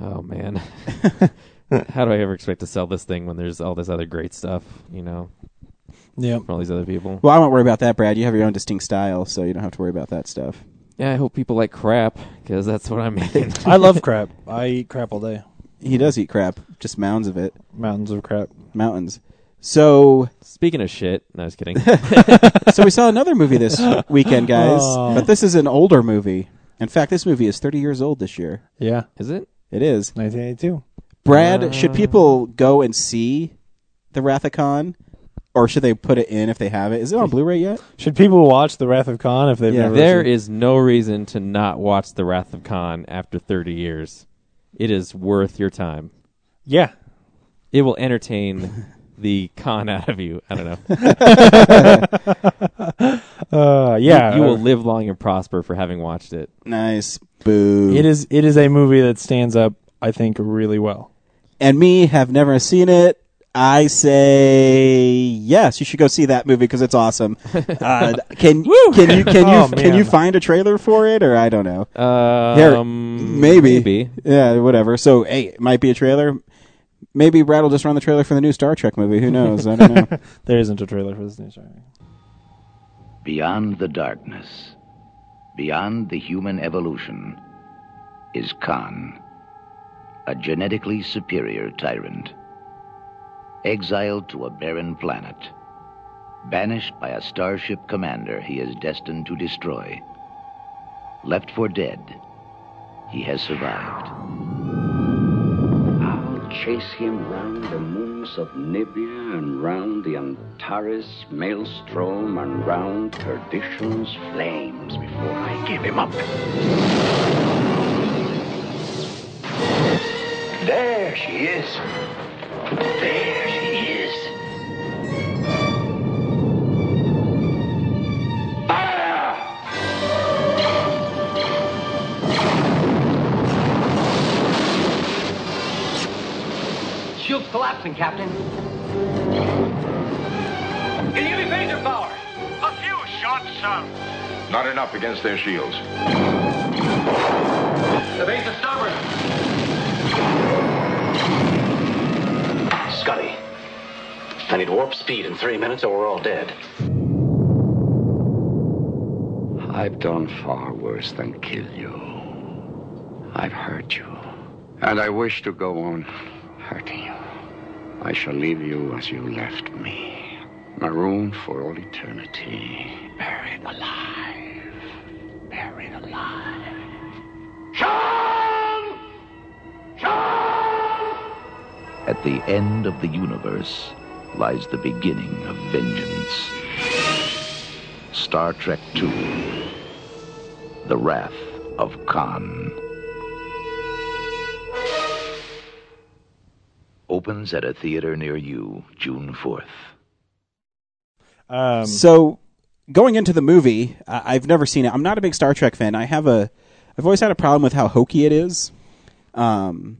Speaker 4: oh man, how do I ever expect to sell this thing when there's all this other great stuff, you know,
Speaker 3: yeah.
Speaker 4: from all these other people?
Speaker 1: Well, I won't worry about that, Brad. You have your own distinct style, so you don't have to worry about that stuff.
Speaker 4: Yeah, I hope people like crap because that's what I'm making.
Speaker 3: I love crap. I eat crap all day.
Speaker 1: He does eat crap, just mounds of it,
Speaker 3: Mountains of crap.
Speaker 1: mountains. So,
Speaker 4: Speaking of shit, no, I was kidding.
Speaker 1: so we saw another movie this weekend, guys. But this is an older movie. In fact, this movie is 30 years old this year.
Speaker 3: Yeah,
Speaker 4: Is it?
Speaker 1: It is.
Speaker 3: 1982.
Speaker 1: Brad, should people go and see the Rathacon, or should they put it in if they have it? Is it on Blu-ray yet?
Speaker 3: Should people watch The Wrath of Khan if they've
Speaker 1: Yeah,
Speaker 3: never?
Speaker 4: There
Speaker 3: seen-
Speaker 4: is no reason to not watch The Wrath of Khan after 30 years. It is worth your time.
Speaker 3: Yeah,
Speaker 4: It will entertain the con out of you. I don't know.
Speaker 3: uh, yeah.
Speaker 4: you, you will live long and prosper for having watched it.
Speaker 1: Nice. Boo.
Speaker 3: It is. It is a movie that stands up. I think really well.
Speaker 1: and me have never seen it. I say yes. You should go see that movie because it's awesome. Uh, can can you can you
Speaker 3: Oh,
Speaker 1: can
Speaker 3: man.
Speaker 1: you find a trailer for it or I don't know. Here,
Speaker 4: Um,
Speaker 1: maybe. yeah, whatever. So hey, it might be a trailer. Maybe Brad will just run the trailer for the new Star Trek movie. Who knows? I don't know.
Speaker 3: There isn't a trailer for this new show.
Speaker 8: Beyond the darkness, beyond the human evolution, is Khan, a genetically superior tyrant. Exiled to a barren planet, banished by a starship commander he is destined to destroy. Left for dead, he has survived. I'll chase him round the moons of Nibia and round the Antares maelstrom and round perdition's flames before I give him up. There she is. There she is.
Speaker 5: Ah!
Speaker 8: Fire!
Speaker 5: Shield's collapsing, Captain. Can you give me phaser power? A few shots, sir.
Speaker 12: Not enough against their shields.
Speaker 5: The base is stubborn.
Speaker 8: Scotty, I need warp speed in three minutes or we're all dead. I've done far worse than kill you. I've hurt you. And I wish to go on hurting you. I shall leave you as you left me. Marooned for all eternity, buried alive. buried alive. At the end of the universe lies the beginning of vengeance. Star Trek II The Wrath of Khan. Opens at a theater near you June 4th.
Speaker 3: Um,
Speaker 1: so going into the movie, I- I've never seen it. I'm not a big Star Trek fan. I have a, I've always had a problem with how hokey it is. Um,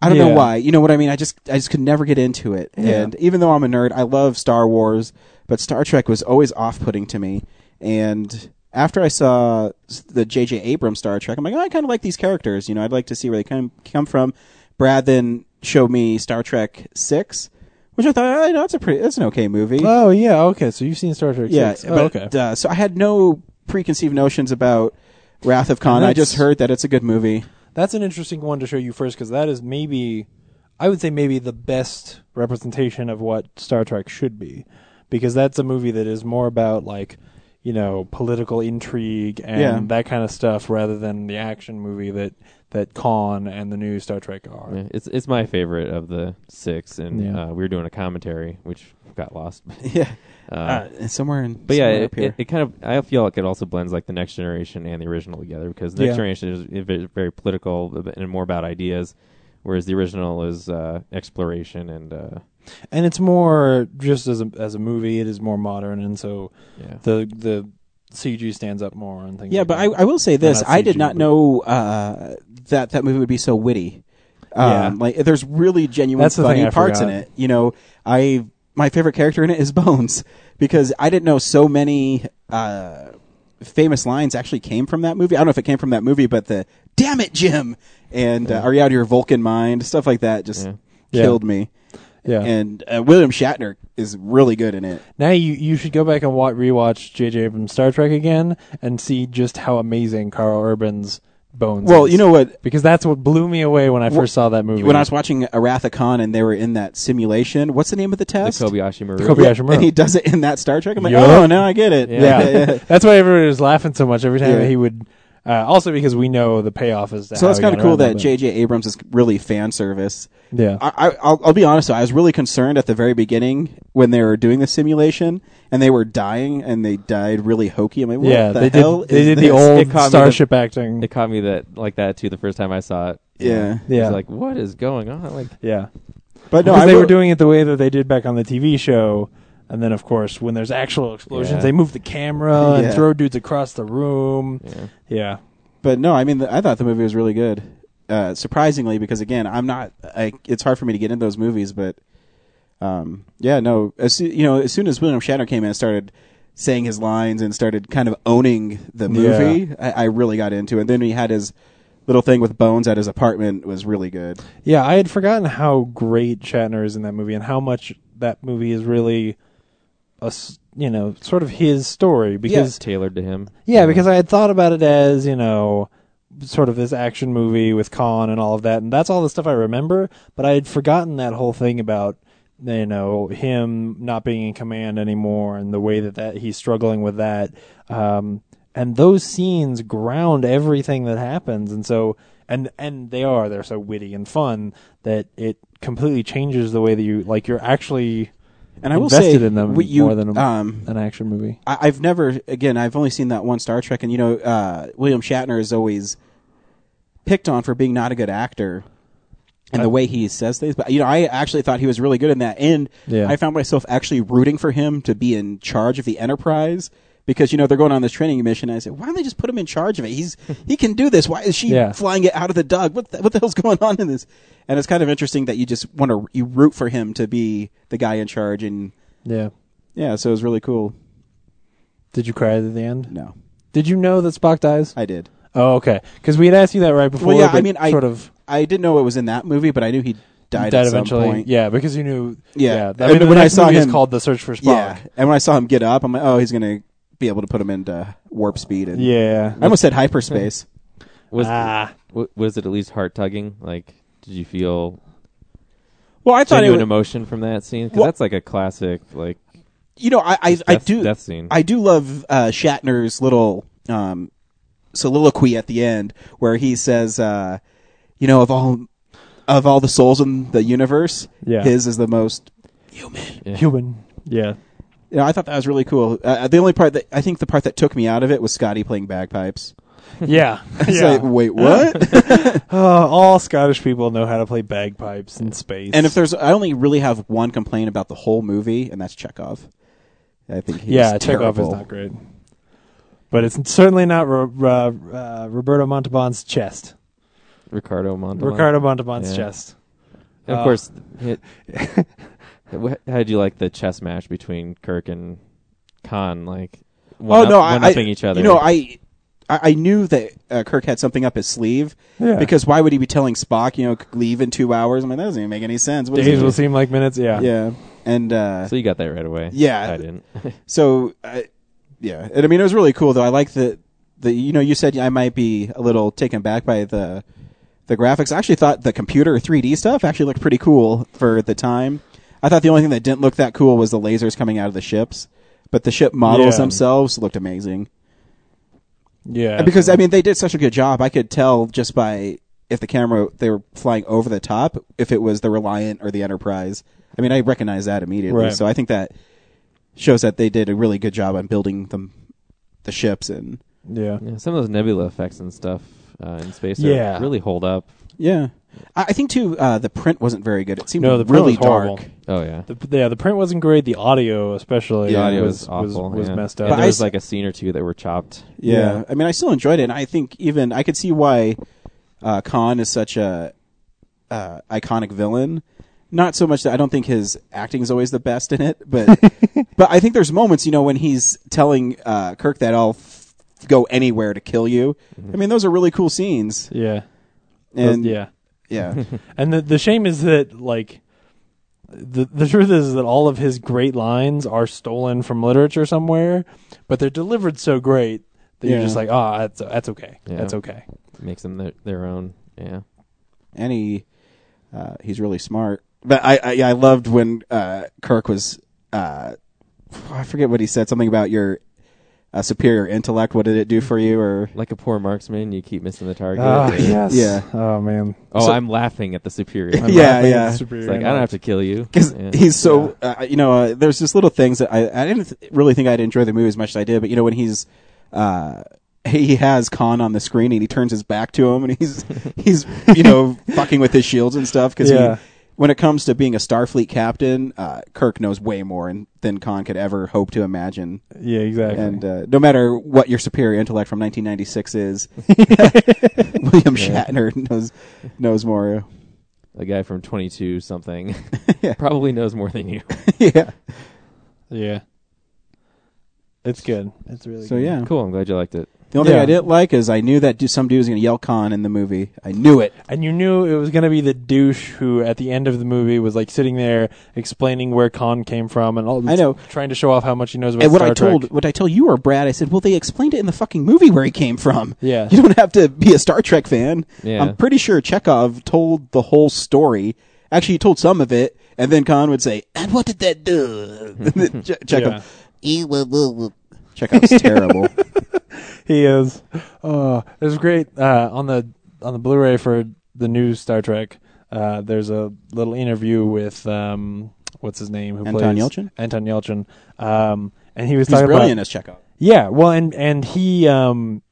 Speaker 1: I don't know
Speaker 3: Yeah.
Speaker 1: why. You know what I mean? I just, I just could never get into it.
Speaker 3: Yeah.
Speaker 1: And even though I'm a nerd, I love Star Wars, but Star Trek was always off-putting to me. And after I saw s- the J.J. Abrams Star Trek, I'm like, oh, I kind of like these characters. You know, I'd like to see where they come come from. Brad then showed me Star Trek Six, which I thought, oh, that's a pretty, that's an okay movie.
Speaker 3: Oh yeah, okay. So you've seen Star Trek?
Speaker 1: Yeah,
Speaker 3: six. Oh,
Speaker 1: but,
Speaker 3: okay.
Speaker 1: uh, so I had no preconceived notions about Wrath of Khan. I
Speaker 3: that's-
Speaker 1: just heard that it's a good movie.
Speaker 3: That's an interesting one to show you first because that is maybe, I would say maybe the best representation of what Star Trek should be, because that's a movie that is more about like, you know, political intrigue and
Speaker 1: Yeah.
Speaker 3: that kind of stuff rather than the action movie that that Khan and the new Star Trek are.
Speaker 4: Yeah, it's it's my favorite of the six, and
Speaker 1: Yeah.
Speaker 4: uh, we were doing a commentary which got lost.
Speaker 1: Yeah. Uh, it's somewhere in-
Speaker 4: But yeah,
Speaker 1: somewhere
Speaker 4: it,
Speaker 1: up here.
Speaker 4: It, it kind of I feel like it also blends like the next generation and the original together because the next
Speaker 1: Yeah.
Speaker 4: generation is i- ve- very political and more about ideas, whereas the original is uh, exploration and uh,
Speaker 3: and it's more just as a as a movie, it is more modern, and so the the CG stands up more and things.
Speaker 1: Yeah,
Speaker 3: like
Speaker 1: but I,
Speaker 3: that.
Speaker 1: I will say
Speaker 3: Or
Speaker 1: this: I did
Speaker 3: CG,
Speaker 1: not
Speaker 3: but-
Speaker 1: know uh, that that movie would be so witty. Um,
Speaker 3: Yeah.
Speaker 1: Like, there's really genuine
Speaker 3: That's the thing
Speaker 1: funny
Speaker 3: I
Speaker 1: parts in
Speaker 3: forgot.
Speaker 1: it. You know, I my favorite character in it is Bones because I didn't know so many uh, famous lines actually came from that movie. I don't know if it came from that movie, but the "Damn it, Jim!" and uh, "Are you out of your Vulcan mind?" stuff like that just
Speaker 3: Yeah.
Speaker 1: killed me.
Speaker 3: Yeah.
Speaker 1: and uh, William Shatner is really good in it.
Speaker 3: Now you, you should go back and wa rewatch J.J. Abrams' Star Trek again and see just how amazing Carl Urban's bones.
Speaker 1: Well,
Speaker 3: is.
Speaker 1: you know what?
Speaker 3: Because that's what blew me away when I
Speaker 1: Well,
Speaker 3: first saw that movie.
Speaker 1: When I was watching Aratha Khan and they were in that simulation, what's the name of the test?
Speaker 4: Kobayashi Maru.
Speaker 3: The Kobayashi Maru.
Speaker 1: And he does it in that Star Trek. I'm like,
Speaker 3: Yup.
Speaker 1: oh, now I get it.
Speaker 3: Yeah, that's why everybody was laughing so much every time
Speaker 1: Yeah.
Speaker 3: he would. Uh, also, because we know the payoff is.
Speaker 1: so
Speaker 3: how
Speaker 1: it's
Speaker 3: he
Speaker 1: kind of
Speaker 3: got
Speaker 1: cool
Speaker 3: around
Speaker 1: that
Speaker 3: but-
Speaker 1: J.J. Abrams is really fan service.
Speaker 3: Yeah.
Speaker 1: I, I, I'll, I'll be honest. Though, I was really concerned at the very beginning when they were doing the simulation and they were dying and they died really hokey. I'm like, what
Speaker 3: Yeah,
Speaker 1: the
Speaker 3: they did-
Speaker 1: hell?
Speaker 3: they
Speaker 1: is
Speaker 3: did the
Speaker 1: this?
Speaker 3: old
Speaker 4: It caught me
Speaker 3: Starship acting.
Speaker 4: It caught me that like that too the first time I saw it.
Speaker 1: Yeah.
Speaker 4: It's
Speaker 3: Yeah.
Speaker 4: like what is going on? Like
Speaker 3: Yeah.
Speaker 1: But no,
Speaker 3: Because
Speaker 1: I
Speaker 3: they
Speaker 1: will-
Speaker 3: were doing it the way that they did back on the TV show. And then, of course, when there's actual explosions,
Speaker 1: Yeah.
Speaker 3: they move the camera
Speaker 1: Yeah.
Speaker 3: and throw dudes across the room. Yeah.
Speaker 1: But no, I mean, the, I thought the movie was really good. Uh, surprisingly, because again, I'm not. I, it's hard for me to get into those movies, but um, yeah, no. As soo- you know, as soon as William Shatner came in and started saying his lines and started kind of owning the movie, I, I really got into it. And then he had his little thing with Bones at his apartment was really good.
Speaker 3: Yeah, I had forgotten how great Shatner is in that movie and how much that movie is really a s- you know sort of his story because
Speaker 4: tailored to him.
Speaker 3: yeah, because I had thought about it as you know sort of this action movie with Khan and all of that, and that's all the stuff I remember. But I had forgotten that whole thing about you know him not being in command anymore and the way that that he's struggling with that. Um, and those scenes ground everything that happens, and so and and they are they're so witty and fun that it completely changes the way that you like you're actually
Speaker 1: And I will
Speaker 3: invested
Speaker 1: say,
Speaker 3: in them
Speaker 1: what you-
Speaker 3: more than a-
Speaker 1: um,
Speaker 3: an action movie.
Speaker 1: I, I've never, again, I've only seen that one Star Trek, and you know, uh, William Shatner is always picked on for being not a good actor and the way he says things. But you know, I actually thought he was really good in that, and
Speaker 3: Yeah.
Speaker 1: I found myself actually rooting for him to be in charge of the Enterprise. Because you know they're going on this training mission, and I said, "Why don't they just put him in charge of it? He's he can do this. Why is she
Speaker 3: Yeah.
Speaker 1: flying it out of the dog? What the, what the hell's going on in this?" And it's kind of interesting that you just want to you root for him to be the guy in charge, and
Speaker 3: Yeah.
Speaker 1: yeah, so it was really cool.
Speaker 3: Did you cry at the end?
Speaker 1: No.
Speaker 3: Did you know that Spock dies?
Speaker 1: I did.
Speaker 3: Oh, okay. Because we had asked you that right before.
Speaker 1: Well, yeah,
Speaker 3: but
Speaker 1: I mean, I
Speaker 3: sort of
Speaker 1: I didn't know it was in that movie, but I knew he died, at
Speaker 3: eventually.
Speaker 1: some point.
Speaker 3: Yeah, because you knew. Yeah, I
Speaker 1: And
Speaker 3: mean, the
Speaker 1: when
Speaker 3: next
Speaker 1: I saw
Speaker 3: movie
Speaker 1: him
Speaker 3: is called The Search for Spock.
Speaker 1: Yeah, and when I saw him get up, I'm like, oh, he's gonna be able to put him into warp speed. And
Speaker 3: Yeah.
Speaker 1: I almost said hyperspace.
Speaker 4: Was
Speaker 3: ah.
Speaker 4: w- was it at least heart tugging? Like did you feel
Speaker 1: Well, I thought it
Speaker 4: genuine
Speaker 1: would-
Speaker 4: emotion from that scene because
Speaker 1: Well-
Speaker 4: that's like a classic like
Speaker 1: you know, I I, I
Speaker 4: Death-
Speaker 1: do
Speaker 4: death scene.
Speaker 1: I do love uh, Shatner's little um, soliloquy at the end where he says, uh, "You know, of all of all the souls in the universe,
Speaker 3: Yeah.
Speaker 1: his is the most human."
Speaker 3: Human. Yeah.
Speaker 1: You know, I thought that was really cool. Uh, the only part that I think the part that took me out of it was Scotty playing bagpipes.
Speaker 3: Yeah.
Speaker 1: It's
Speaker 3: yeah.
Speaker 1: like, wait, what?
Speaker 3: Uh, all Scottish people know how to play bagpipes in space.
Speaker 1: and if there's, I only really have one complaint about the whole movie, and that's Chekhov. I think he's
Speaker 3: yeah,
Speaker 1: terrible.
Speaker 3: Chekhov is not great, but it's certainly not Ro- Ro- uh, Roberto Montalban's chest.
Speaker 4: Ricardo Montalban.
Speaker 3: Ricardo Montalban's chest.
Speaker 4: And of
Speaker 3: Uh,
Speaker 4: course, it, wh- how did you like the chess match between Kirk and Khan? Like,
Speaker 1: Oh
Speaker 4: one
Speaker 1: no,
Speaker 4: up, one
Speaker 1: I, I
Speaker 4: upping each other.
Speaker 1: You know, I I I knew that uh, Kirk had something up his sleeve
Speaker 3: Yeah.
Speaker 1: because why would he be telling Spock, you know, leave in two hours? I'm like, that doesn't even make any sense. What is
Speaker 3: days
Speaker 1: it?
Speaker 3: will seem like minutes. Yeah,
Speaker 1: yeah, and uh,
Speaker 4: So you got that right away.
Speaker 1: yeah,
Speaker 4: I didn't.
Speaker 1: so I, yeah, and I mean, it was really cool though. I like the the you know you said I might be a little taken back by the the graphics. I actually thought the computer 3D stuff actually looked pretty cool for the time. I thought the only thing that didn't look that cool was the lasers coming out of the ships, but the ship models
Speaker 3: Yeah.
Speaker 1: themselves looked amazing.
Speaker 3: yeah.
Speaker 1: And because I mean they did such a good job. I could tell just by if the camera they were flying over the top if it was the Reliant or the Enterprise. I mean I recognize that immediately.
Speaker 3: Right.
Speaker 1: So I think that shows that they did a really good job on building them the ships and
Speaker 3: yeah.
Speaker 4: Yeah, some of those nebula effects and stuff uh, in space are-
Speaker 1: Yeah.
Speaker 4: really hold up.
Speaker 1: yeah. I, I think too uh, the print wasn't very good. It seemed
Speaker 3: No, the print
Speaker 1: really
Speaker 3: was horrible.
Speaker 1: dark.
Speaker 4: Oh yeah,
Speaker 3: The, yeah, the print wasn't great. The audio, especially,
Speaker 4: the audio
Speaker 3: was,
Speaker 4: was, awful.
Speaker 3: Was, was
Speaker 4: yeah.
Speaker 3: messed
Speaker 4: And
Speaker 3: up.
Speaker 4: there was like a scene or two that were chopped.
Speaker 1: Yeah. I mean, I still enjoyed it. And I think even I could see why uh, Khan is such a uh, iconic villain. Not so much that I don't think his acting is always the best in it, but but I think there's moments, you know, when he's telling uh, Kirk that I'll f- go anywhere to kill you. I mean, those are really cool scenes.
Speaker 3: Yeah.
Speaker 1: And
Speaker 3: Those- yeah.
Speaker 1: yeah.
Speaker 3: and the the shame is that like the the truth is that all of his great lines are stolen from literature somewhere, but they're delivered so great that you're
Speaker 4: Yeah.
Speaker 3: just like, ah, that's that's okay.
Speaker 4: Yeah.
Speaker 3: That's okay.
Speaker 4: Makes them their, their own. Yeah.
Speaker 1: and he uh, he's really smart. But I I, yeah, I loved when uh, Kirk was uh, I forget what he said something about your uh, superior intellect. What did it do for you? Or
Speaker 4: like a poor marksman, you keep missing the target.
Speaker 3: Ah,
Speaker 4: Or-
Speaker 3: yes.
Speaker 1: Yeah.
Speaker 3: Oh man.
Speaker 4: Oh,
Speaker 1: So-
Speaker 4: I'm laughing at the superior.
Speaker 1: I'm Yeah, laughing at yeah. the
Speaker 4: It's
Speaker 1: superior.
Speaker 4: like I don't have to kill you.
Speaker 1: because
Speaker 4: Yeah.
Speaker 1: he's so uh, you know uh, there's just little things that I I didn't th- really think I'd enjoy the movie as much as I did. But you know when he's uh, he has Khan on the screen and he turns his back to him and he's he's you know fucking with his shields and stuff because
Speaker 3: Yeah.
Speaker 1: he. When it comes to being a Starfleet captain, uh, Kirk knows way more and, than Khan could ever hope to imagine.
Speaker 3: Yeah, exactly.
Speaker 1: And uh, no matter what your superior intellect from 1996 is, William
Speaker 4: Yeah.
Speaker 1: Shatner knows knows more.
Speaker 4: A guy from 22 something probably knows more than you.
Speaker 1: yeah.
Speaker 3: Yeah. It's good. It's really
Speaker 1: So
Speaker 3: good.
Speaker 1: yeah,
Speaker 4: Cool. I'm glad you liked it.
Speaker 1: The only
Speaker 3: Yeah.
Speaker 1: thing I didn't like is I knew that du- some dude was going to yell Khan in the movie. I knew it.
Speaker 3: And you knew it was going to be the douche who, at the end of the movie, was like sitting there explaining where Khan came from and all.
Speaker 1: I know.
Speaker 3: trying to show off how much he knows about
Speaker 1: and what
Speaker 3: Star
Speaker 1: I told
Speaker 3: Trek.
Speaker 1: what I told you or Brad, I said, well, they explained it in the fucking movie where he came from.
Speaker 3: Yeah.
Speaker 1: you don't have to be a Star Trek fan.
Speaker 4: Yeah.
Speaker 1: I'm pretty sure Chekhov told the whole story. Actually, he told some of it, and then Khan would say, "And what did that do?" che- Chekhov, Chekhov's terrible.
Speaker 3: He is. Oh, it was great. Uh, on the on the Blu-ray for the new Star Trek, uh, there's a little interview with um, what's his name? Who
Speaker 1: Anton
Speaker 3: plays
Speaker 1: Yelchin?
Speaker 3: Anton Yelchin. Um, and he was
Speaker 1: He's
Speaker 3: talking
Speaker 1: brilliant
Speaker 3: about
Speaker 1: as Chekhov.
Speaker 3: Yeah, well, and and he um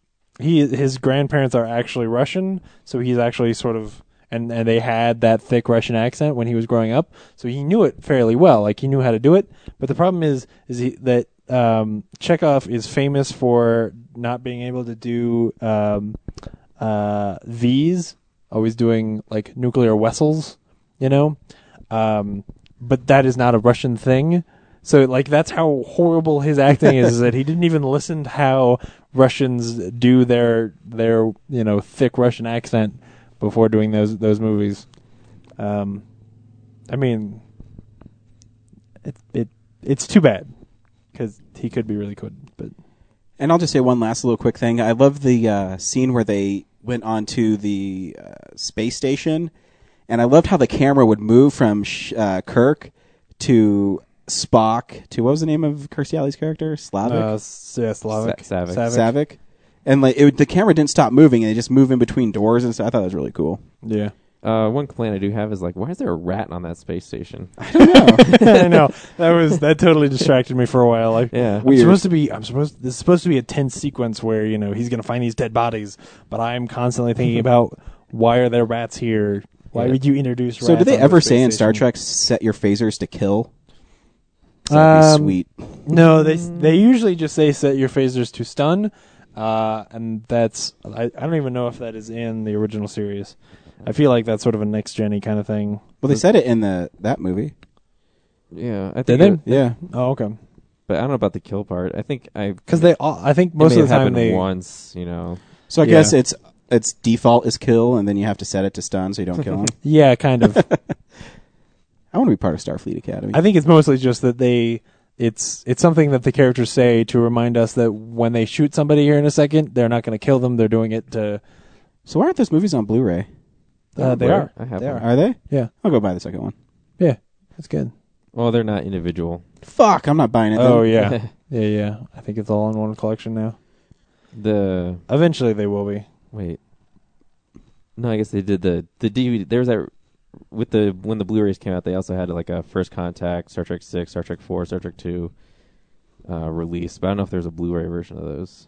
Speaker 3: he his grandparents are actually Russian, so he's actually sort of and and they had that thick Russian accent when he was growing up, so he knew it fairly well. Like he knew how to do it. But the problem is is he, that um Chekhov is famous for not being able to do um uh V's, always doing like nuclear vessels, you know. Um but that is not a Russian thing. So like that's how horrible his acting is, is that he didn't even listen to how Russians do their their you know thick Russian accent before doing those those movies. Um, I mean, it it it's too bad because he could be really good, but
Speaker 1: And I'll just say one last little quick thing. I love the uh, scene where they went onto the uh, space station, and I loved how the camera would move from sh- uh, Kirk to Spock to what was the name of Kirstie Alley's character? Slavic.
Speaker 3: uh, s- yeah, Uh, Slavic,
Speaker 4: Sa- Savick.
Speaker 1: Savick. and like it, the camera didn't stop moving, and they just moved in between doors, and so I thought that was really cool.
Speaker 3: Yeah.
Speaker 4: Uh, one complaint I do have is like, why is there a rat on that space station? I
Speaker 3: I know that was that totally distracted me for a while. Like,
Speaker 4: Yeah.
Speaker 3: I'm
Speaker 4: Weird.
Speaker 3: supposed to be. I'm supposed. This is supposed to be a tense sequence where you know he's gonna find these dead bodies, but I'm constantly thinking about why are there rats here? Why
Speaker 1: Yeah.
Speaker 3: would you introduce?
Speaker 1: So,
Speaker 3: rats
Speaker 1: do they
Speaker 3: on the
Speaker 1: ever
Speaker 3: space
Speaker 1: say in Star
Speaker 3: station?
Speaker 1: Trek, "Set your phasers to kill"? That'd be
Speaker 3: Um,
Speaker 1: sweet.
Speaker 3: No, they they usually just say set your phasers to stun, uh, and that's I, I don't even know if that is in the original series. I feel like that's sort of a next gen kind of thing.
Speaker 1: Well, they said it in the that movie.
Speaker 4: Yeah, I
Speaker 3: Did
Speaker 4: think
Speaker 3: they?
Speaker 4: it-
Speaker 1: Yeah.
Speaker 3: Oh, okay.
Speaker 4: but I don't know about the kill part. I think I
Speaker 3: 'Cause they all- I think
Speaker 4: it
Speaker 3: most
Speaker 4: may
Speaker 3: of the
Speaker 4: have
Speaker 3: time
Speaker 4: happened
Speaker 3: they-
Speaker 4: once, you know.
Speaker 1: So I guess it's its default is kill, and then you have to set it to stun so you don't kill them.
Speaker 3: Yeah, kind of.
Speaker 1: I want to be part of Starfleet Academy.
Speaker 3: I think it's mostly just that they it's it's something that the characters say to remind us that when they shoot somebody here in a second, they're not going to kill them. They're doing it to.
Speaker 1: so why aren't those movies on Blu-ray?
Speaker 3: Uh, they
Speaker 4: Where?
Speaker 3: are.
Speaker 4: I have
Speaker 3: They
Speaker 4: one.
Speaker 3: are.
Speaker 1: Are they?
Speaker 3: Yeah.
Speaker 1: I'll go buy the second one.
Speaker 3: Yeah, that's good.
Speaker 4: Well, they're not individual.
Speaker 1: Fuck, I'm not buying it. then.
Speaker 3: Oh yeah, yeah, yeah. I think it's all in one collection now.
Speaker 4: The
Speaker 3: Eventually, they will be.
Speaker 4: wait, no, I guess they did the the DVD. There was that with the when the Blu-rays came out, they also had like a First Contact, Star Trek Six, Star Trek Four, Star Trek Two uh, release. But I don't know if there's a Blu-ray version of those.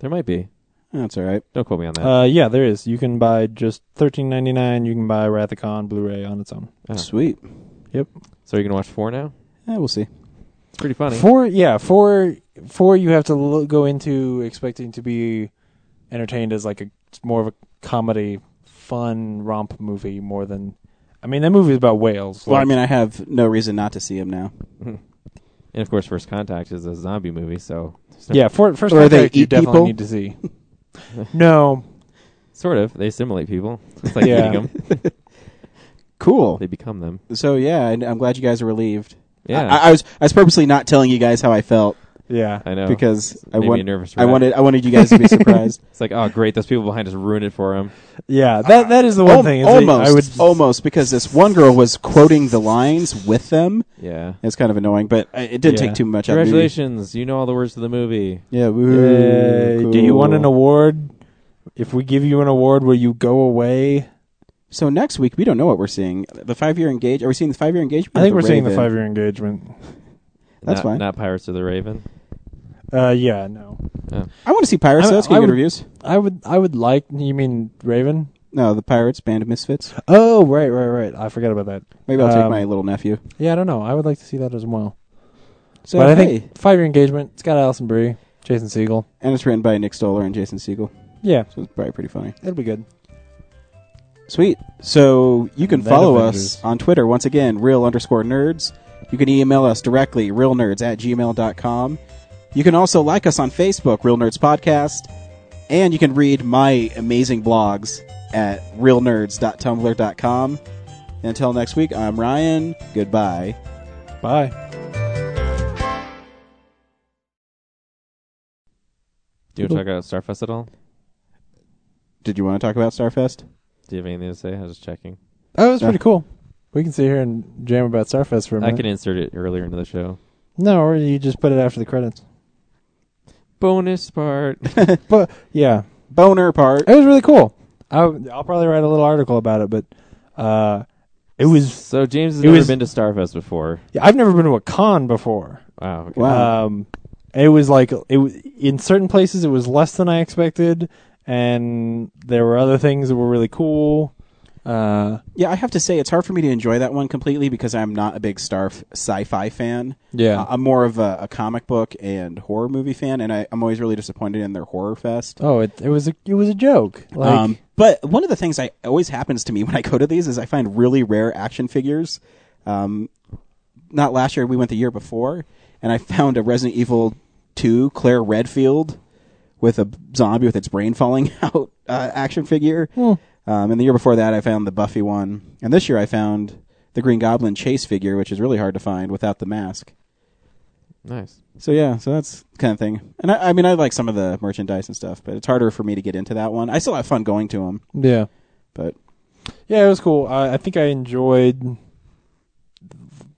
Speaker 4: There might be.
Speaker 1: That's all right.
Speaker 4: Don't quote me on that.
Speaker 3: Uh, yeah, there is. You can buy just thirteen ninety nine. You can buy Rathacon Blu-ray on its own.
Speaker 4: Oh.
Speaker 1: Sweet.
Speaker 3: Yep.
Speaker 4: So are you gonna watch four now?
Speaker 1: Yeah, we'll see.
Speaker 4: It's pretty funny.
Speaker 3: Four, yeah, four, four. You have to lo- go into expecting to be entertained as like a it's more of a comedy, fun romp movie more than. I mean, that movie is about whales.
Speaker 1: Well, I
Speaker 3: like-
Speaker 1: mean, I have no reason not to see him now.
Speaker 4: And of course, First Contact is a zombie movie, so there's no-
Speaker 3: yeah, for, first
Speaker 1: Or they
Speaker 3: contact you
Speaker 1: eat
Speaker 3: definitely
Speaker 1: people?
Speaker 3: need to see. no,
Speaker 4: sort of. They assimilate people. It's like
Speaker 3: Yeah.
Speaker 4: eating them.
Speaker 1: Cool.
Speaker 4: they become them.
Speaker 1: So yeah, I, I'm glad you guys are relieved.
Speaker 4: Yeah.
Speaker 1: I, I was I was purposely not telling you guys how I felt
Speaker 3: yeah,
Speaker 4: I know
Speaker 1: because I
Speaker 4: Made me
Speaker 1: want
Speaker 4: a nervous
Speaker 1: I
Speaker 4: wreck.
Speaker 1: wanted I wanted you guys to be surprised.
Speaker 4: It's like, oh, great, those people behind us ruined it for him.
Speaker 3: yeah. That that is the one
Speaker 1: Al-
Speaker 3: thing. is that
Speaker 1: almost
Speaker 3: I would
Speaker 1: almost because this one girl was quoting the lines with them.
Speaker 4: Yeah.
Speaker 1: It's kind of annoying, but I- it didn't
Speaker 3: Yeah.
Speaker 1: take too much. out of the movie.
Speaker 4: Congratulations, you know all the words to the movie.
Speaker 1: Yeah.
Speaker 3: Yay.
Speaker 1: Woo,
Speaker 3: Do you want an
Speaker 1: cool.
Speaker 3: award? If we give you an award, will you go away?
Speaker 1: So next week we don't know what we're seeing. The five year engage. Are we seeing the five year engagement?
Speaker 3: I
Speaker 1: or
Speaker 3: think we're seeing the
Speaker 1: Raven?
Speaker 3: five year engagement.
Speaker 1: That's
Speaker 4: not,
Speaker 1: fine.
Speaker 4: Not Pirates of the Raven.
Speaker 3: Uh, yeah, no.
Speaker 1: I want to see pirates.
Speaker 3: I-
Speaker 1: so that's
Speaker 3: I
Speaker 1: getting good
Speaker 3: would-
Speaker 1: reviews.
Speaker 3: I would, I would like. You mean Raven?
Speaker 1: No, the pirates band of misfits.
Speaker 3: Oh, right, right, right. I forgot about that.
Speaker 1: Maybe I'll take
Speaker 3: Um,
Speaker 1: my little nephew.
Speaker 3: Yeah, I don't know. I would like to see that as well.
Speaker 1: So
Speaker 3: but I
Speaker 1: hey,
Speaker 3: think five year engagement. It's got Allison Brie, Jason Segel.
Speaker 1: and it's written by Nick Stoller and Jason Siegel.
Speaker 3: Yeah,
Speaker 1: So it's probably pretty funny.
Speaker 3: it'll be good.
Speaker 1: Sweet. So you can
Speaker 3: That
Speaker 1: follow
Speaker 3: Avengers.
Speaker 1: us on Twitter. Once again, real underscore nerds. You can email us directly, realnerds at gmail.com. You can also like us on Facebook, Real Nerds Podcast. And you can read my amazing blogs at realnerds.tumblr.com. Until next week, I'm Ryan. Goodbye.
Speaker 3: Bye.
Speaker 4: Do you want to talk about Starfest at all?
Speaker 1: Did you want to talk about Starfest?
Speaker 4: Do you have anything to say? I was just checking.
Speaker 3: Oh, it's
Speaker 1: Yeah.
Speaker 3: pretty cool. We can sit here and jam about Starfest for a
Speaker 4: I
Speaker 3: minute.
Speaker 4: can e- insert it earlier into the show.
Speaker 3: No, or you just put it after the credits.
Speaker 4: Bonus part.
Speaker 3: But yeah,
Speaker 1: Boner part.
Speaker 3: It was really cool. I, will probably write a little article about it, but uh, it was.
Speaker 4: so James has
Speaker 3: It
Speaker 4: never
Speaker 3: was-
Speaker 4: been to Starfest before.
Speaker 3: yeah, I've never been to a con before.
Speaker 4: Wow. Okay.
Speaker 1: Wow.
Speaker 3: Um, it was like it w- in certain places it was less than I expected, and there were other things that were really cool. Uh,
Speaker 1: Yeah, I have to say it's hard for me to enjoy that one completely because I'm not a big Starf sci-fi fan.
Speaker 3: Yeah.
Speaker 1: I- I'm more of a, a comic book and horror movie fan, and I, I'm always really disappointed in their horror fest.
Speaker 3: oh, it it was a it was a joke. Like,
Speaker 1: um, but one of the things I always happens to me when I go to these is I find really rare action figures. Um, not last year, we went the year before, and I found a Resident Evil 2 Claire Redfield with a zombie with its brain falling out uh, action figure.
Speaker 3: Hmm.
Speaker 1: Um, and the year before that, I found the Buffy one, and this year I found the Green Goblin chase figure, which is really hard to find without the mask.
Speaker 4: Nice.
Speaker 1: So yeah, so that's the kind of thing. And I, I mean, I like some of the merchandise and stuff, but it's harder for me to get into that one. I still have fun going to them,
Speaker 3: yeah.
Speaker 1: but
Speaker 3: Yeah, it was cool. I, I think I enjoyed, you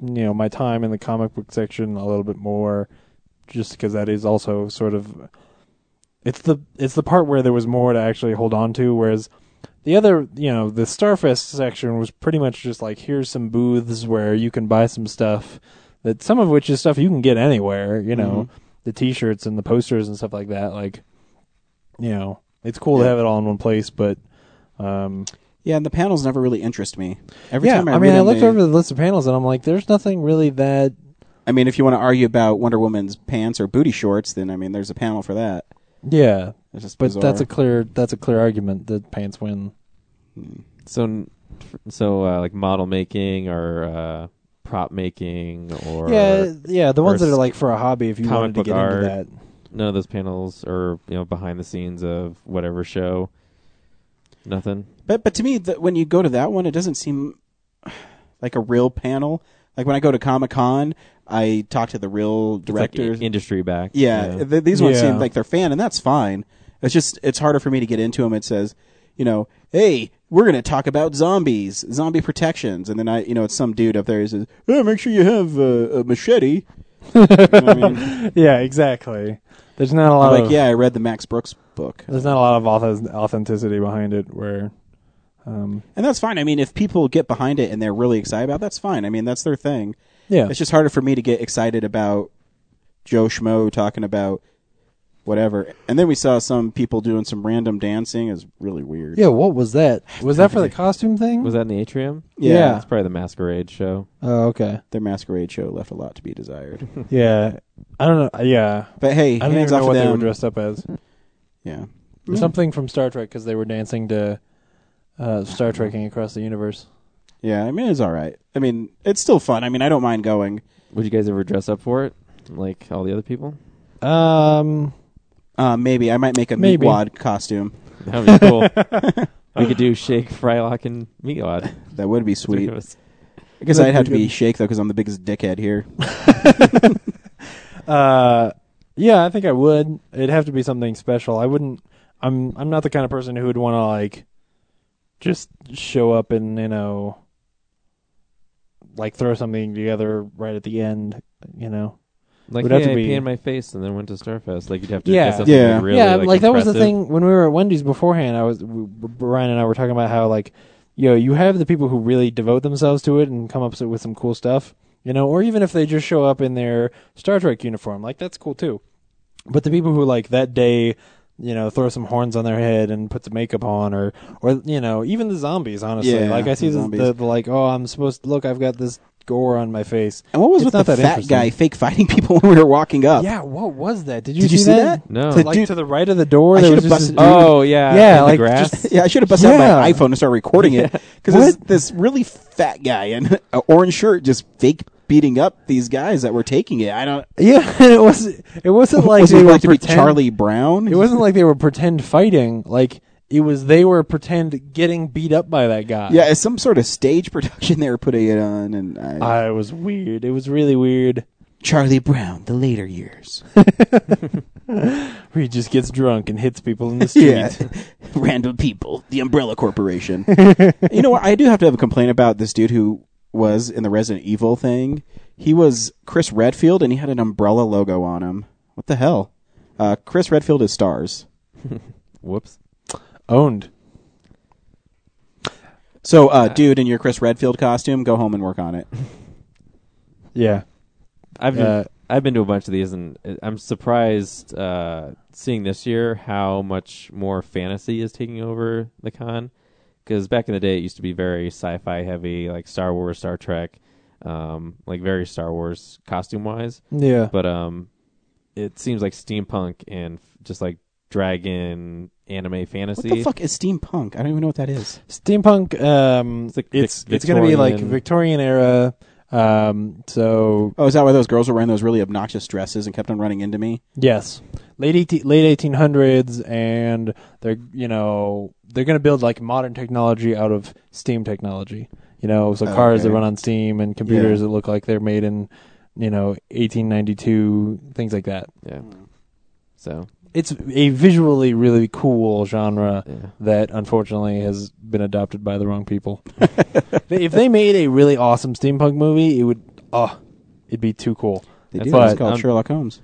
Speaker 3: know, my time in the comic book section a little bit more, just because that is also sort of It's the it's the part where there was more to actually hold on to, whereas the other, you know, the Starfest section was pretty much just like here's some booths where you can buy some stuff that some of which is stuff you can get anywhere, you know,
Speaker 4: Mhm.
Speaker 3: the T-shirts and the posters and stuff like that. Like, you know, it's cool to have it all in one place, but um,
Speaker 1: yeah, and the panels never really interest me. Every
Speaker 3: yeah,
Speaker 1: time I,
Speaker 3: I mean,
Speaker 1: read
Speaker 3: I
Speaker 1: them,
Speaker 3: looked
Speaker 1: they-
Speaker 3: over the list of panels and I'm like, there's nothing really that.
Speaker 1: I mean, if you want to argue about Wonder Woman's pants or booty shorts, then I mean, there's a panel for that.
Speaker 3: Yeah,
Speaker 1: It's just
Speaker 3: but
Speaker 1: bizarre.
Speaker 3: that's a clear that's a clear argument that pants win.
Speaker 4: So, n- f- so uh, like model making or uh, prop making or
Speaker 3: Yeah, yeah, the ones
Speaker 4: or
Speaker 3: that are,
Speaker 4: s-
Speaker 3: like, for a hobby if you
Speaker 4: comic
Speaker 3: wanted to
Speaker 4: book
Speaker 3: get into
Speaker 4: art,
Speaker 3: that.
Speaker 4: None of those panels or you know behind the scenes of whatever show. Nothing.
Speaker 1: But but to me, the, when you go to that one, it doesn't seem like a real panel. Like when I go to Comic Con, I talk to the real
Speaker 4: like i-
Speaker 1: directors,
Speaker 4: industry back,
Speaker 1: Yeah,
Speaker 4: yeah.
Speaker 1: th- these ones
Speaker 4: Yeah.
Speaker 1: seem like they're fan, and that's fine. It's just it's harder for me to get into them. It says, you know, hey, we're going to talk about zombies, zombie protections, and then I, you know, it's some dude up there who says, hey, make sure you have uh, a machete. You know what I mean?
Speaker 3: Yeah, exactly. There's not a lot
Speaker 1: like
Speaker 3: of-
Speaker 1: yeah, I read the Max Brooks book.
Speaker 3: There's not a lot of auth- authenticity behind it. Where, um,
Speaker 1: And that's fine. I mean, if people get behind it and they're really excited about, it, that's fine. I mean, that's their thing.
Speaker 3: Yeah.
Speaker 1: it's just harder for me to get excited about Joe Schmo talking about whatever. And then we saw some people doing some random dancing. Is really weird.
Speaker 3: yeah, what was that? Was that for the costume thing?
Speaker 4: Was that in the atrium?
Speaker 1: Yeah.
Speaker 4: it's probably the masquerade show.
Speaker 3: Oh, okay.
Speaker 1: Their masquerade show left a lot to be desired.
Speaker 3: Yeah, I don't know. Uh, Yeah,
Speaker 1: But hey,
Speaker 3: I don't
Speaker 1: hands
Speaker 3: even
Speaker 1: off
Speaker 3: know
Speaker 1: of
Speaker 3: what they were
Speaker 1: them.
Speaker 3: dressed up as.
Speaker 1: Yeah,
Speaker 3: Or something from Star Trek because they were dancing to uh, Star Trekking across the universe.
Speaker 1: yeah. I mean, it's all right. I mean, it's still fun. I mean, I don't mind going.
Speaker 4: Would you guys ever dress up for it, like all the other people?
Speaker 3: Um,
Speaker 1: uh, maybe I might make a
Speaker 4: Maybe.
Speaker 1: meatwad costume.
Speaker 4: That would be cool. we could do Shake, Frylock, and Meatwad.
Speaker 1: That would be
Speaker 4: Three
Speaker 1: sweet.
Speaker 4: of us.
Speaker 1: I guess
Speaker 4: That'd
Speaker 1: I'd have
Speaker 4: be
Speaker 1: to be
Speaker 4: good.
Speaker 1: Shake though, because I'm the biggest dickhead here.
Speaker 3: Uh, yeah, I think I would. It'd have to be something special. I wouldn't. I'm I'm not the kind of person who would want to like just show up and you know like throw something together right at the end. You know,
Speaker 4: Like,
Speaker 3: Would
Speaker 4: hey,
Speaker 3: have
Speaker 4: I
Speaker 3: to be-
Speaker 4: pee in my face and then went to Starfest. Like, you'd have to
Speaker 3: yeah,
Speaker 4: dress up something really,
Speaker 3: yeah.
Speaker 4: like,
Speaker 3: that was the
Speaker 4: impressive.
Speaker 3: thing when we were at Wendy's beforehand. I was w- w- Brian and I were talking about how like, you know, you have the people who really devote themselves to it and come up s- with some cool stuff, you know, or even if they just show up in their Star Trek uniform, like that's cool too. But the people who like that day, you know, throw some horns on their head and put some makeup on, or or you know, even the zombies. Honestly,
Speaker 1: Yeah,
Speaker 3: like I see
Speaker 1: the
Speaker 3: the,
Speaker 1: zombies.
Speaker 3: the, the like, oh, I'm supposed to look. I've got this gore on my face.
Speaker 1: And what was
Speaker 3: It's
Speaker 1: with
Speaker 3: not
Speaker 1: the
Speaker 3: that
Speaker 1: fat
Speaker 3: interesting.
Speaker 1: guy fake fighting people when we were walking up?
Speaker 3: Yeah, what was that? Did you,
Speaker 1: Did you see that?
Speaker 4: No.
Speaker 3: To,
Speaker 1: The
Speaker 3: like
Speaker 1: dude-
Speaker 3: to the right of the door.
Speaker 1: I
Speaker 3: there
Speaker 1: should
Speaker 3: was
Speaker 1: have
Speaker 3: just
Speaker 1: busted.
Speaker 3: this dude- yeah, like
Speaker 1: just- yeah, I should have busted out my
Speaker 3: Yeah.
Speaker 1: iPhone and started recording it because this really fat guy in an orange shirt just fake beating up these guys that were taking it. I don't.
Speaker 3: Yeah, and it was it wasn't like
Speaker 1: Was
Speaker 3: they
Speaker 1: it
Speaker 3: were
Speaker 1: like to be
Speaker 3: pretend,
Speaker 1: Charlie Brown?
Speaker 3: It wasn't like they were pretend fighting. Like it was they were pretend getting beat up by that guy.
Speaker 1: Yeah, it's some sort of stage production they were putting it on, and uh, I,
Speaker 3: I, it was weird. It was really weird.
Speaker 1: Charlie Brown, the later years.
Speaker 3: Where he just gets drunk and hits people in the street.
Speaker 1: yeah, Randall People, the Umbrella Corporation. you know what? I do have to have a complaint about this dude who was in the Resident Evil thing. He was Chris Redfield, and he had an umbrella logo on him. What the hell? Uh, Chris Redfield is stars.
Speaker 4: Whoops.
Speaker 3: Owned.
Speaker 1: So, uh, dude, in your Chris Redfield costume, go home and work on it.
Speaker 3: Yeah.
Speaker 4: I've been,
Speaker 1: Uh,
Speaker 4: I've been to a bunch of these, and uh, I'm surprised uh, seeing this year how much more fantasy is taking over the con. Because back in the day, it used to be very sci-fi heavy, like Star Wars, Star Trek, um, like very Star Wars costume wise.
Speaker 3: Yeah.
Speaker 4: But um, it seems like steampunk and f- just like dragon anime fantasy.
Speaker 1: What the fuck is steampunk? I don't even know what that is.
Speaker 3: Steampunk. Um, it's
Speaker 4: like
Speaker 3: it's,
Speaker 4: Vic-
Speaker 3: going to be like
Speaker 4: Victorian-
Speaker 3: Victorian era. Um, so
Speaker 1: Oh, is that why those girls were wearing those really obnoxious dresses and kept on running into me?
Speaker 3: Yes, late 18, late eighteen hundreds, and they're you know they're going to build like modern technology out of steam technology. You know, so cars that
Speaker 4: Oh, Okay.
Speaker 3: run on steam and computers
Speaker 4: Yeah.
Speaker 3: that look like they're made in you know eighteen ninety two things like that.
Speaker 4: Yeah. So
Speaker 3: It's a visually really cool genre that unfortunately has been adopted by the wrong people. if they made a really awesome steampunk movie, it would oh, it'd be too cool.
Speaker 1: They
Speaker 3: But- um,
Speaker 1: do. It's called Sherlock Holmes.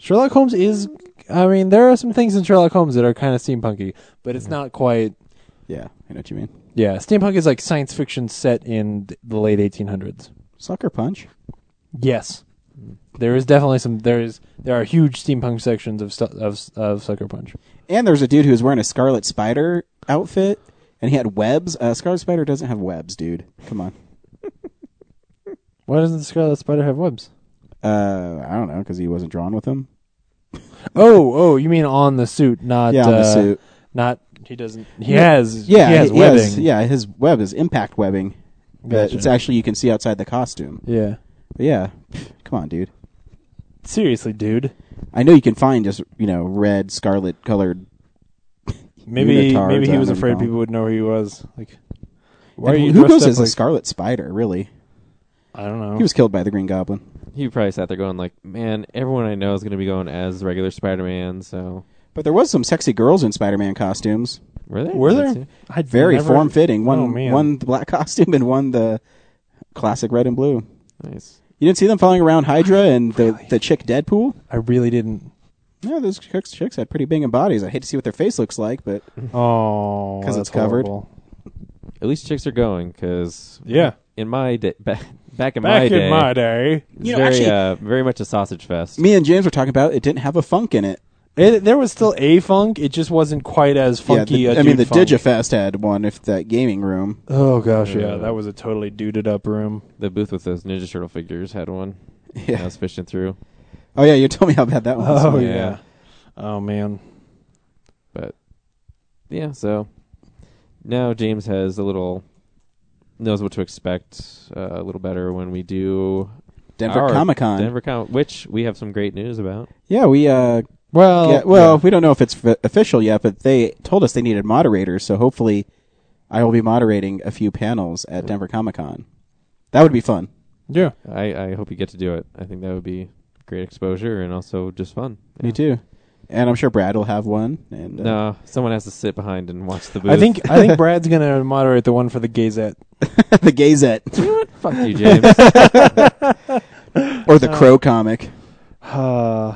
Speaker 3: Sherlock Holmes is I mean, there are some things in Sherlock Holmes that are kind of steampunky, but it's not quite.
Speaker 1: Yeah, I know what you mean.
Speaker 3: Yeah, steampunk is like science fiction set in th- the late 1800s.
Speaker 1: Sucker Punch.
Speaker 3: Yes, Mm. there is definitely some. There is there are huge steampunk sections of stu- of of Sucker Punch.
Speaker 1: And there's a dude who was wearing a Scarlet Spider outfit, and he had webs. Uh, Scarlet Spider doesn't have webs, dude. Come on.
Speaker 3: Why doesn't the Scarlet Spider have webs?
Speaker 1: Uh, I don't know because he wasn't drawn with them.
Speaker 3: Oh, oh, you mean on the suit, not
Speaker 1: Yeah, on the
Speaker 3: uh,
Speaker 1: suit.
Speaker 3: Not he doesn't. He
Speaker 1: Yeah,
Speaker 3: has.
Speaker 1: Yeah,
Speaker 3: he has webbing.
Speaker 1: yeah, his web is impact webbing. That
Speaker 3: Gotcha.
Speaker 1: It's actually you can see outside the costume.
Speaker 3: Yeah.
Speaker 1: But yeah. Come on, dude.
Speaker 3: Seriously, dude.
Speaker 1: I know you can find just you know red, scarlet colored.
Speaker 3: Maybe
Speaker 1: leotards,
Speaker 3: maybe
Speaker 1: I
Speaker 3: he
Speaker 1: don't
Speaker 3: was
Speaker 1: know what you
Speaker 3: afraid
Speaker 1: call 'em.
Speaker 3: people would know who he was. Like, why are
Speaker 1: And
Speaker 3: you
Speaker 1: who
Speaker 3: dressed
Speaker 1: goes
Speaker 3: up
Speaker 1: as
Speaker 3: like Oh.
Speaker 1: a Scarlet Spider? Really?
Speaker 3: I don't know.
Speaker 1: He was killed by the Green Goblin.
Speaker 4: He probably sat there going like, "Man, everyone I know is going to be going as regular Spider-Man." So
Speaker 1: But there was some sexy girls in Spider-Man costumes.
Speaker 4: Were there?
Speaker 3: Were there? I'd
Speaker 1: Very
Speaker 3: never-
Speaker 1: form-fitting. One
Speaker 3: Oh, man.
Speaker 1: one the black costume and one the classic red and blue.
Speaker 4: Nice.
Speaker 1: You didn't see them following around Hydra and the, the chick Deadpool?
Speaker 3: I really didn't.
Speaker 1: No, those chicks, chicks had pretty banging bodies. I hate to see what their face looks like, but
Speaker 3: Oh,
Speaker 1: because
Speaker 3: that's
Speaker 1: it's covered.
Speaker 3: horrible.
Speaker 4: at least chicks are going because
Speaker 3: Yeah.
Speaker 4: in my day, back back in
Speaker 3: Back
Speaker 4: my
Speaker 3: in
Speaker 4: day,
Speaker 3: my day.
Speaker 4: it was
Speaker 1: You know,
Speaker 4: very,
Speaker 1: actually-
Speaker 4: uh, very much a sausage fest.
Speaker 1: Me and James were talking about it didn't have a funk in it.
Speaker 3: It, there was still a funk. It just wasn't quite as funky.
Speaker 1: yeah,
Speaker 3: a
Speaker 1: the, I mean
Speaker 3: dude
Speaker 1: the
Speaker 3: funk.
Speaker 1: Digifest had one. If that gaming room,
Speaker 3: Oh gosh, yeah,
Speaker 4: Uh,
Speaker 3: that was a totally duded up room.
Speaker 4: The booth with those Ninja Turtle figures had one.
Speaker 1: Yeah.
Speaker 4: I was fishing through,
Speaker 1: oh yeah, you told me how bad that one was.
Speaker 3: Oh
Speaker 4: yeah.
Speaker 3: yeah. Oh man.
Speaker 4: but yeah. So now James has a little knows what to expect uh, a little better when we do
Speaker 1: Denver
Speaker 4: our
Speaker 1: Comic-Con.
Speaker 4: Denver Comic, which we have some great news about.
Speaker 1: Yeah, we uh,
Speaker 3: Well,
Speaker 1: yeah, well, we don't know if it's f- official yet, but they told us they needed moderators, so hopefully, I will be moderating a few panels at Denver Comic Con. That would be fun.
Speaker 3: Yeah.
Speaker 4: I, I hope you get to do it. I think that would be great exposure and also just fun.
Speaker 1: Me too. And I'm sure Brad will have one. And uh,
Speaker 4: No, someone has to sit behind and watch the booth.
Speaker 3: I think I think Brad's gonna moderate the one for the Gazette.
Speaker 1: the Gazette
Speaker 4: Fuck you, James.
Speaker 1: or the Crow comic.
Speaker 3: Uh,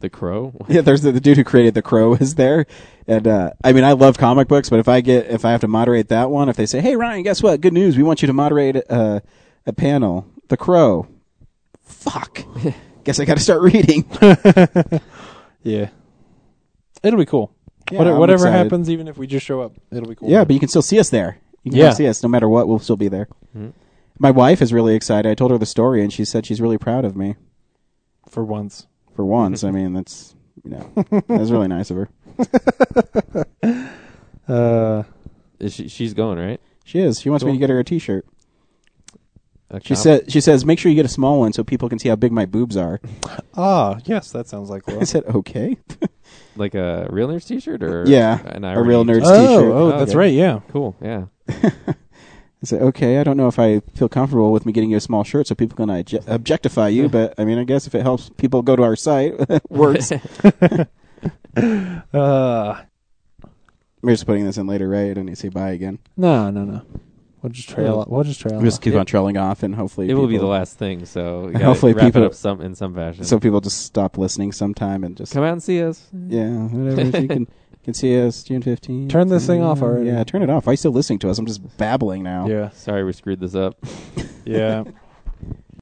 Speaker 4: the Crow. What?
Speaker 1: Yeah, there's the, the dude who created the Crow is there, and uh, I mean I love comic books, but if I get if I have to moderate that one, if they say, "Hey Ryan, guess what? Good news, we want you to moderate uh, a panel." The Crow. Fuck. Guess I got to start reading.
Speaker 3: yeah. It'll be cool.
Speaker 1: Yeah,
Speaker 3: Whate-
Speaker 1: I'm
Speaker 3: whatever
Speaker 1: excited.
Speaker 3: happens, even if we just show up, it'll be cool.
Speaker 1: Yeah, but you can still see us there. You can
Speaker 3: Yeah.
Speaker 1: still see us no matter what. We'll still be there.
Speaker 4: Mm-hmm.
Speaker 1: My wife is really excited. I told her the story, and she said she's really proud of me
Speaker 3: for once.
Speaker 1: for once. I mean, that's you know that's really nice of her.
Speaker 3: Uh,
Speaker 4: Is she, she's going right.
Speaker 1: She is. She wants me
Speaker 4: Cool.
Speaker 1: to get her a T-shirt.
Speaker 4: A
Speaker 1: She
Speaker 4: cop-
Speaker 1: said. She says, make sure you get a small one so people can see how big my boobs are.
Speaker 3: ah, yes, that sounds like
Speaker 1: I
Speaker 3: love.
Speaker 1: said, okay.
Speaker 4: like a real nerd's T-shirt or
Speaker 1: yeah,
Speaker 4: an
Speaker 1: a
Speaker 4: irony?
Speaker 1: real nerd's
Speaker 3: oh,
Speaker 1: T-shirt.
Speaker 3: oh, that's
Speaker 4: Okay.
Speaker 3: right. Yeah.
Speaker 4: Cool. Yeah.
Speaker 1: I said, okay. I don't know if I feel comfortable with me getting you a small shirt so people can obje- objectify you, but I mean, I guess if it helps people go to our site, it works.
Speaker 3: Uh,
Speaker 1: We're just putting this in later, right? I don't need to say bye again.
Speaker 3: no, no, no. We'll just trail.
Speaker 4: Yeah.
Speaker 3: We'll just trail.
Speaker 1: We just keep
Speaker 4: Uh, It-
Speaker 1: on trailing off, and hopefully
Speaker 4: It will be the
Speaker 1: people-
Speaker 4: last thing, so we gotta
Speaker 1: Hopefully
Speaker 4: wrap
Speaker 1: people-
Speaker 4: it up some in some fashion.
Speaker 1: So people just stop listening sometime and just
Speaker 4: come out and see us.
Speaker 1: yeah, whatever. you can you can see us June fifteenth.
Speaker 3: Turn this thing off already.
Speaker 1: Yeah, turn it off. Why are you still listening to us? I'm just babbling now.
Speaker 3: Yeah.
Speaker 4: Sorry, we screwed this up.
Speaker 3: Yeah.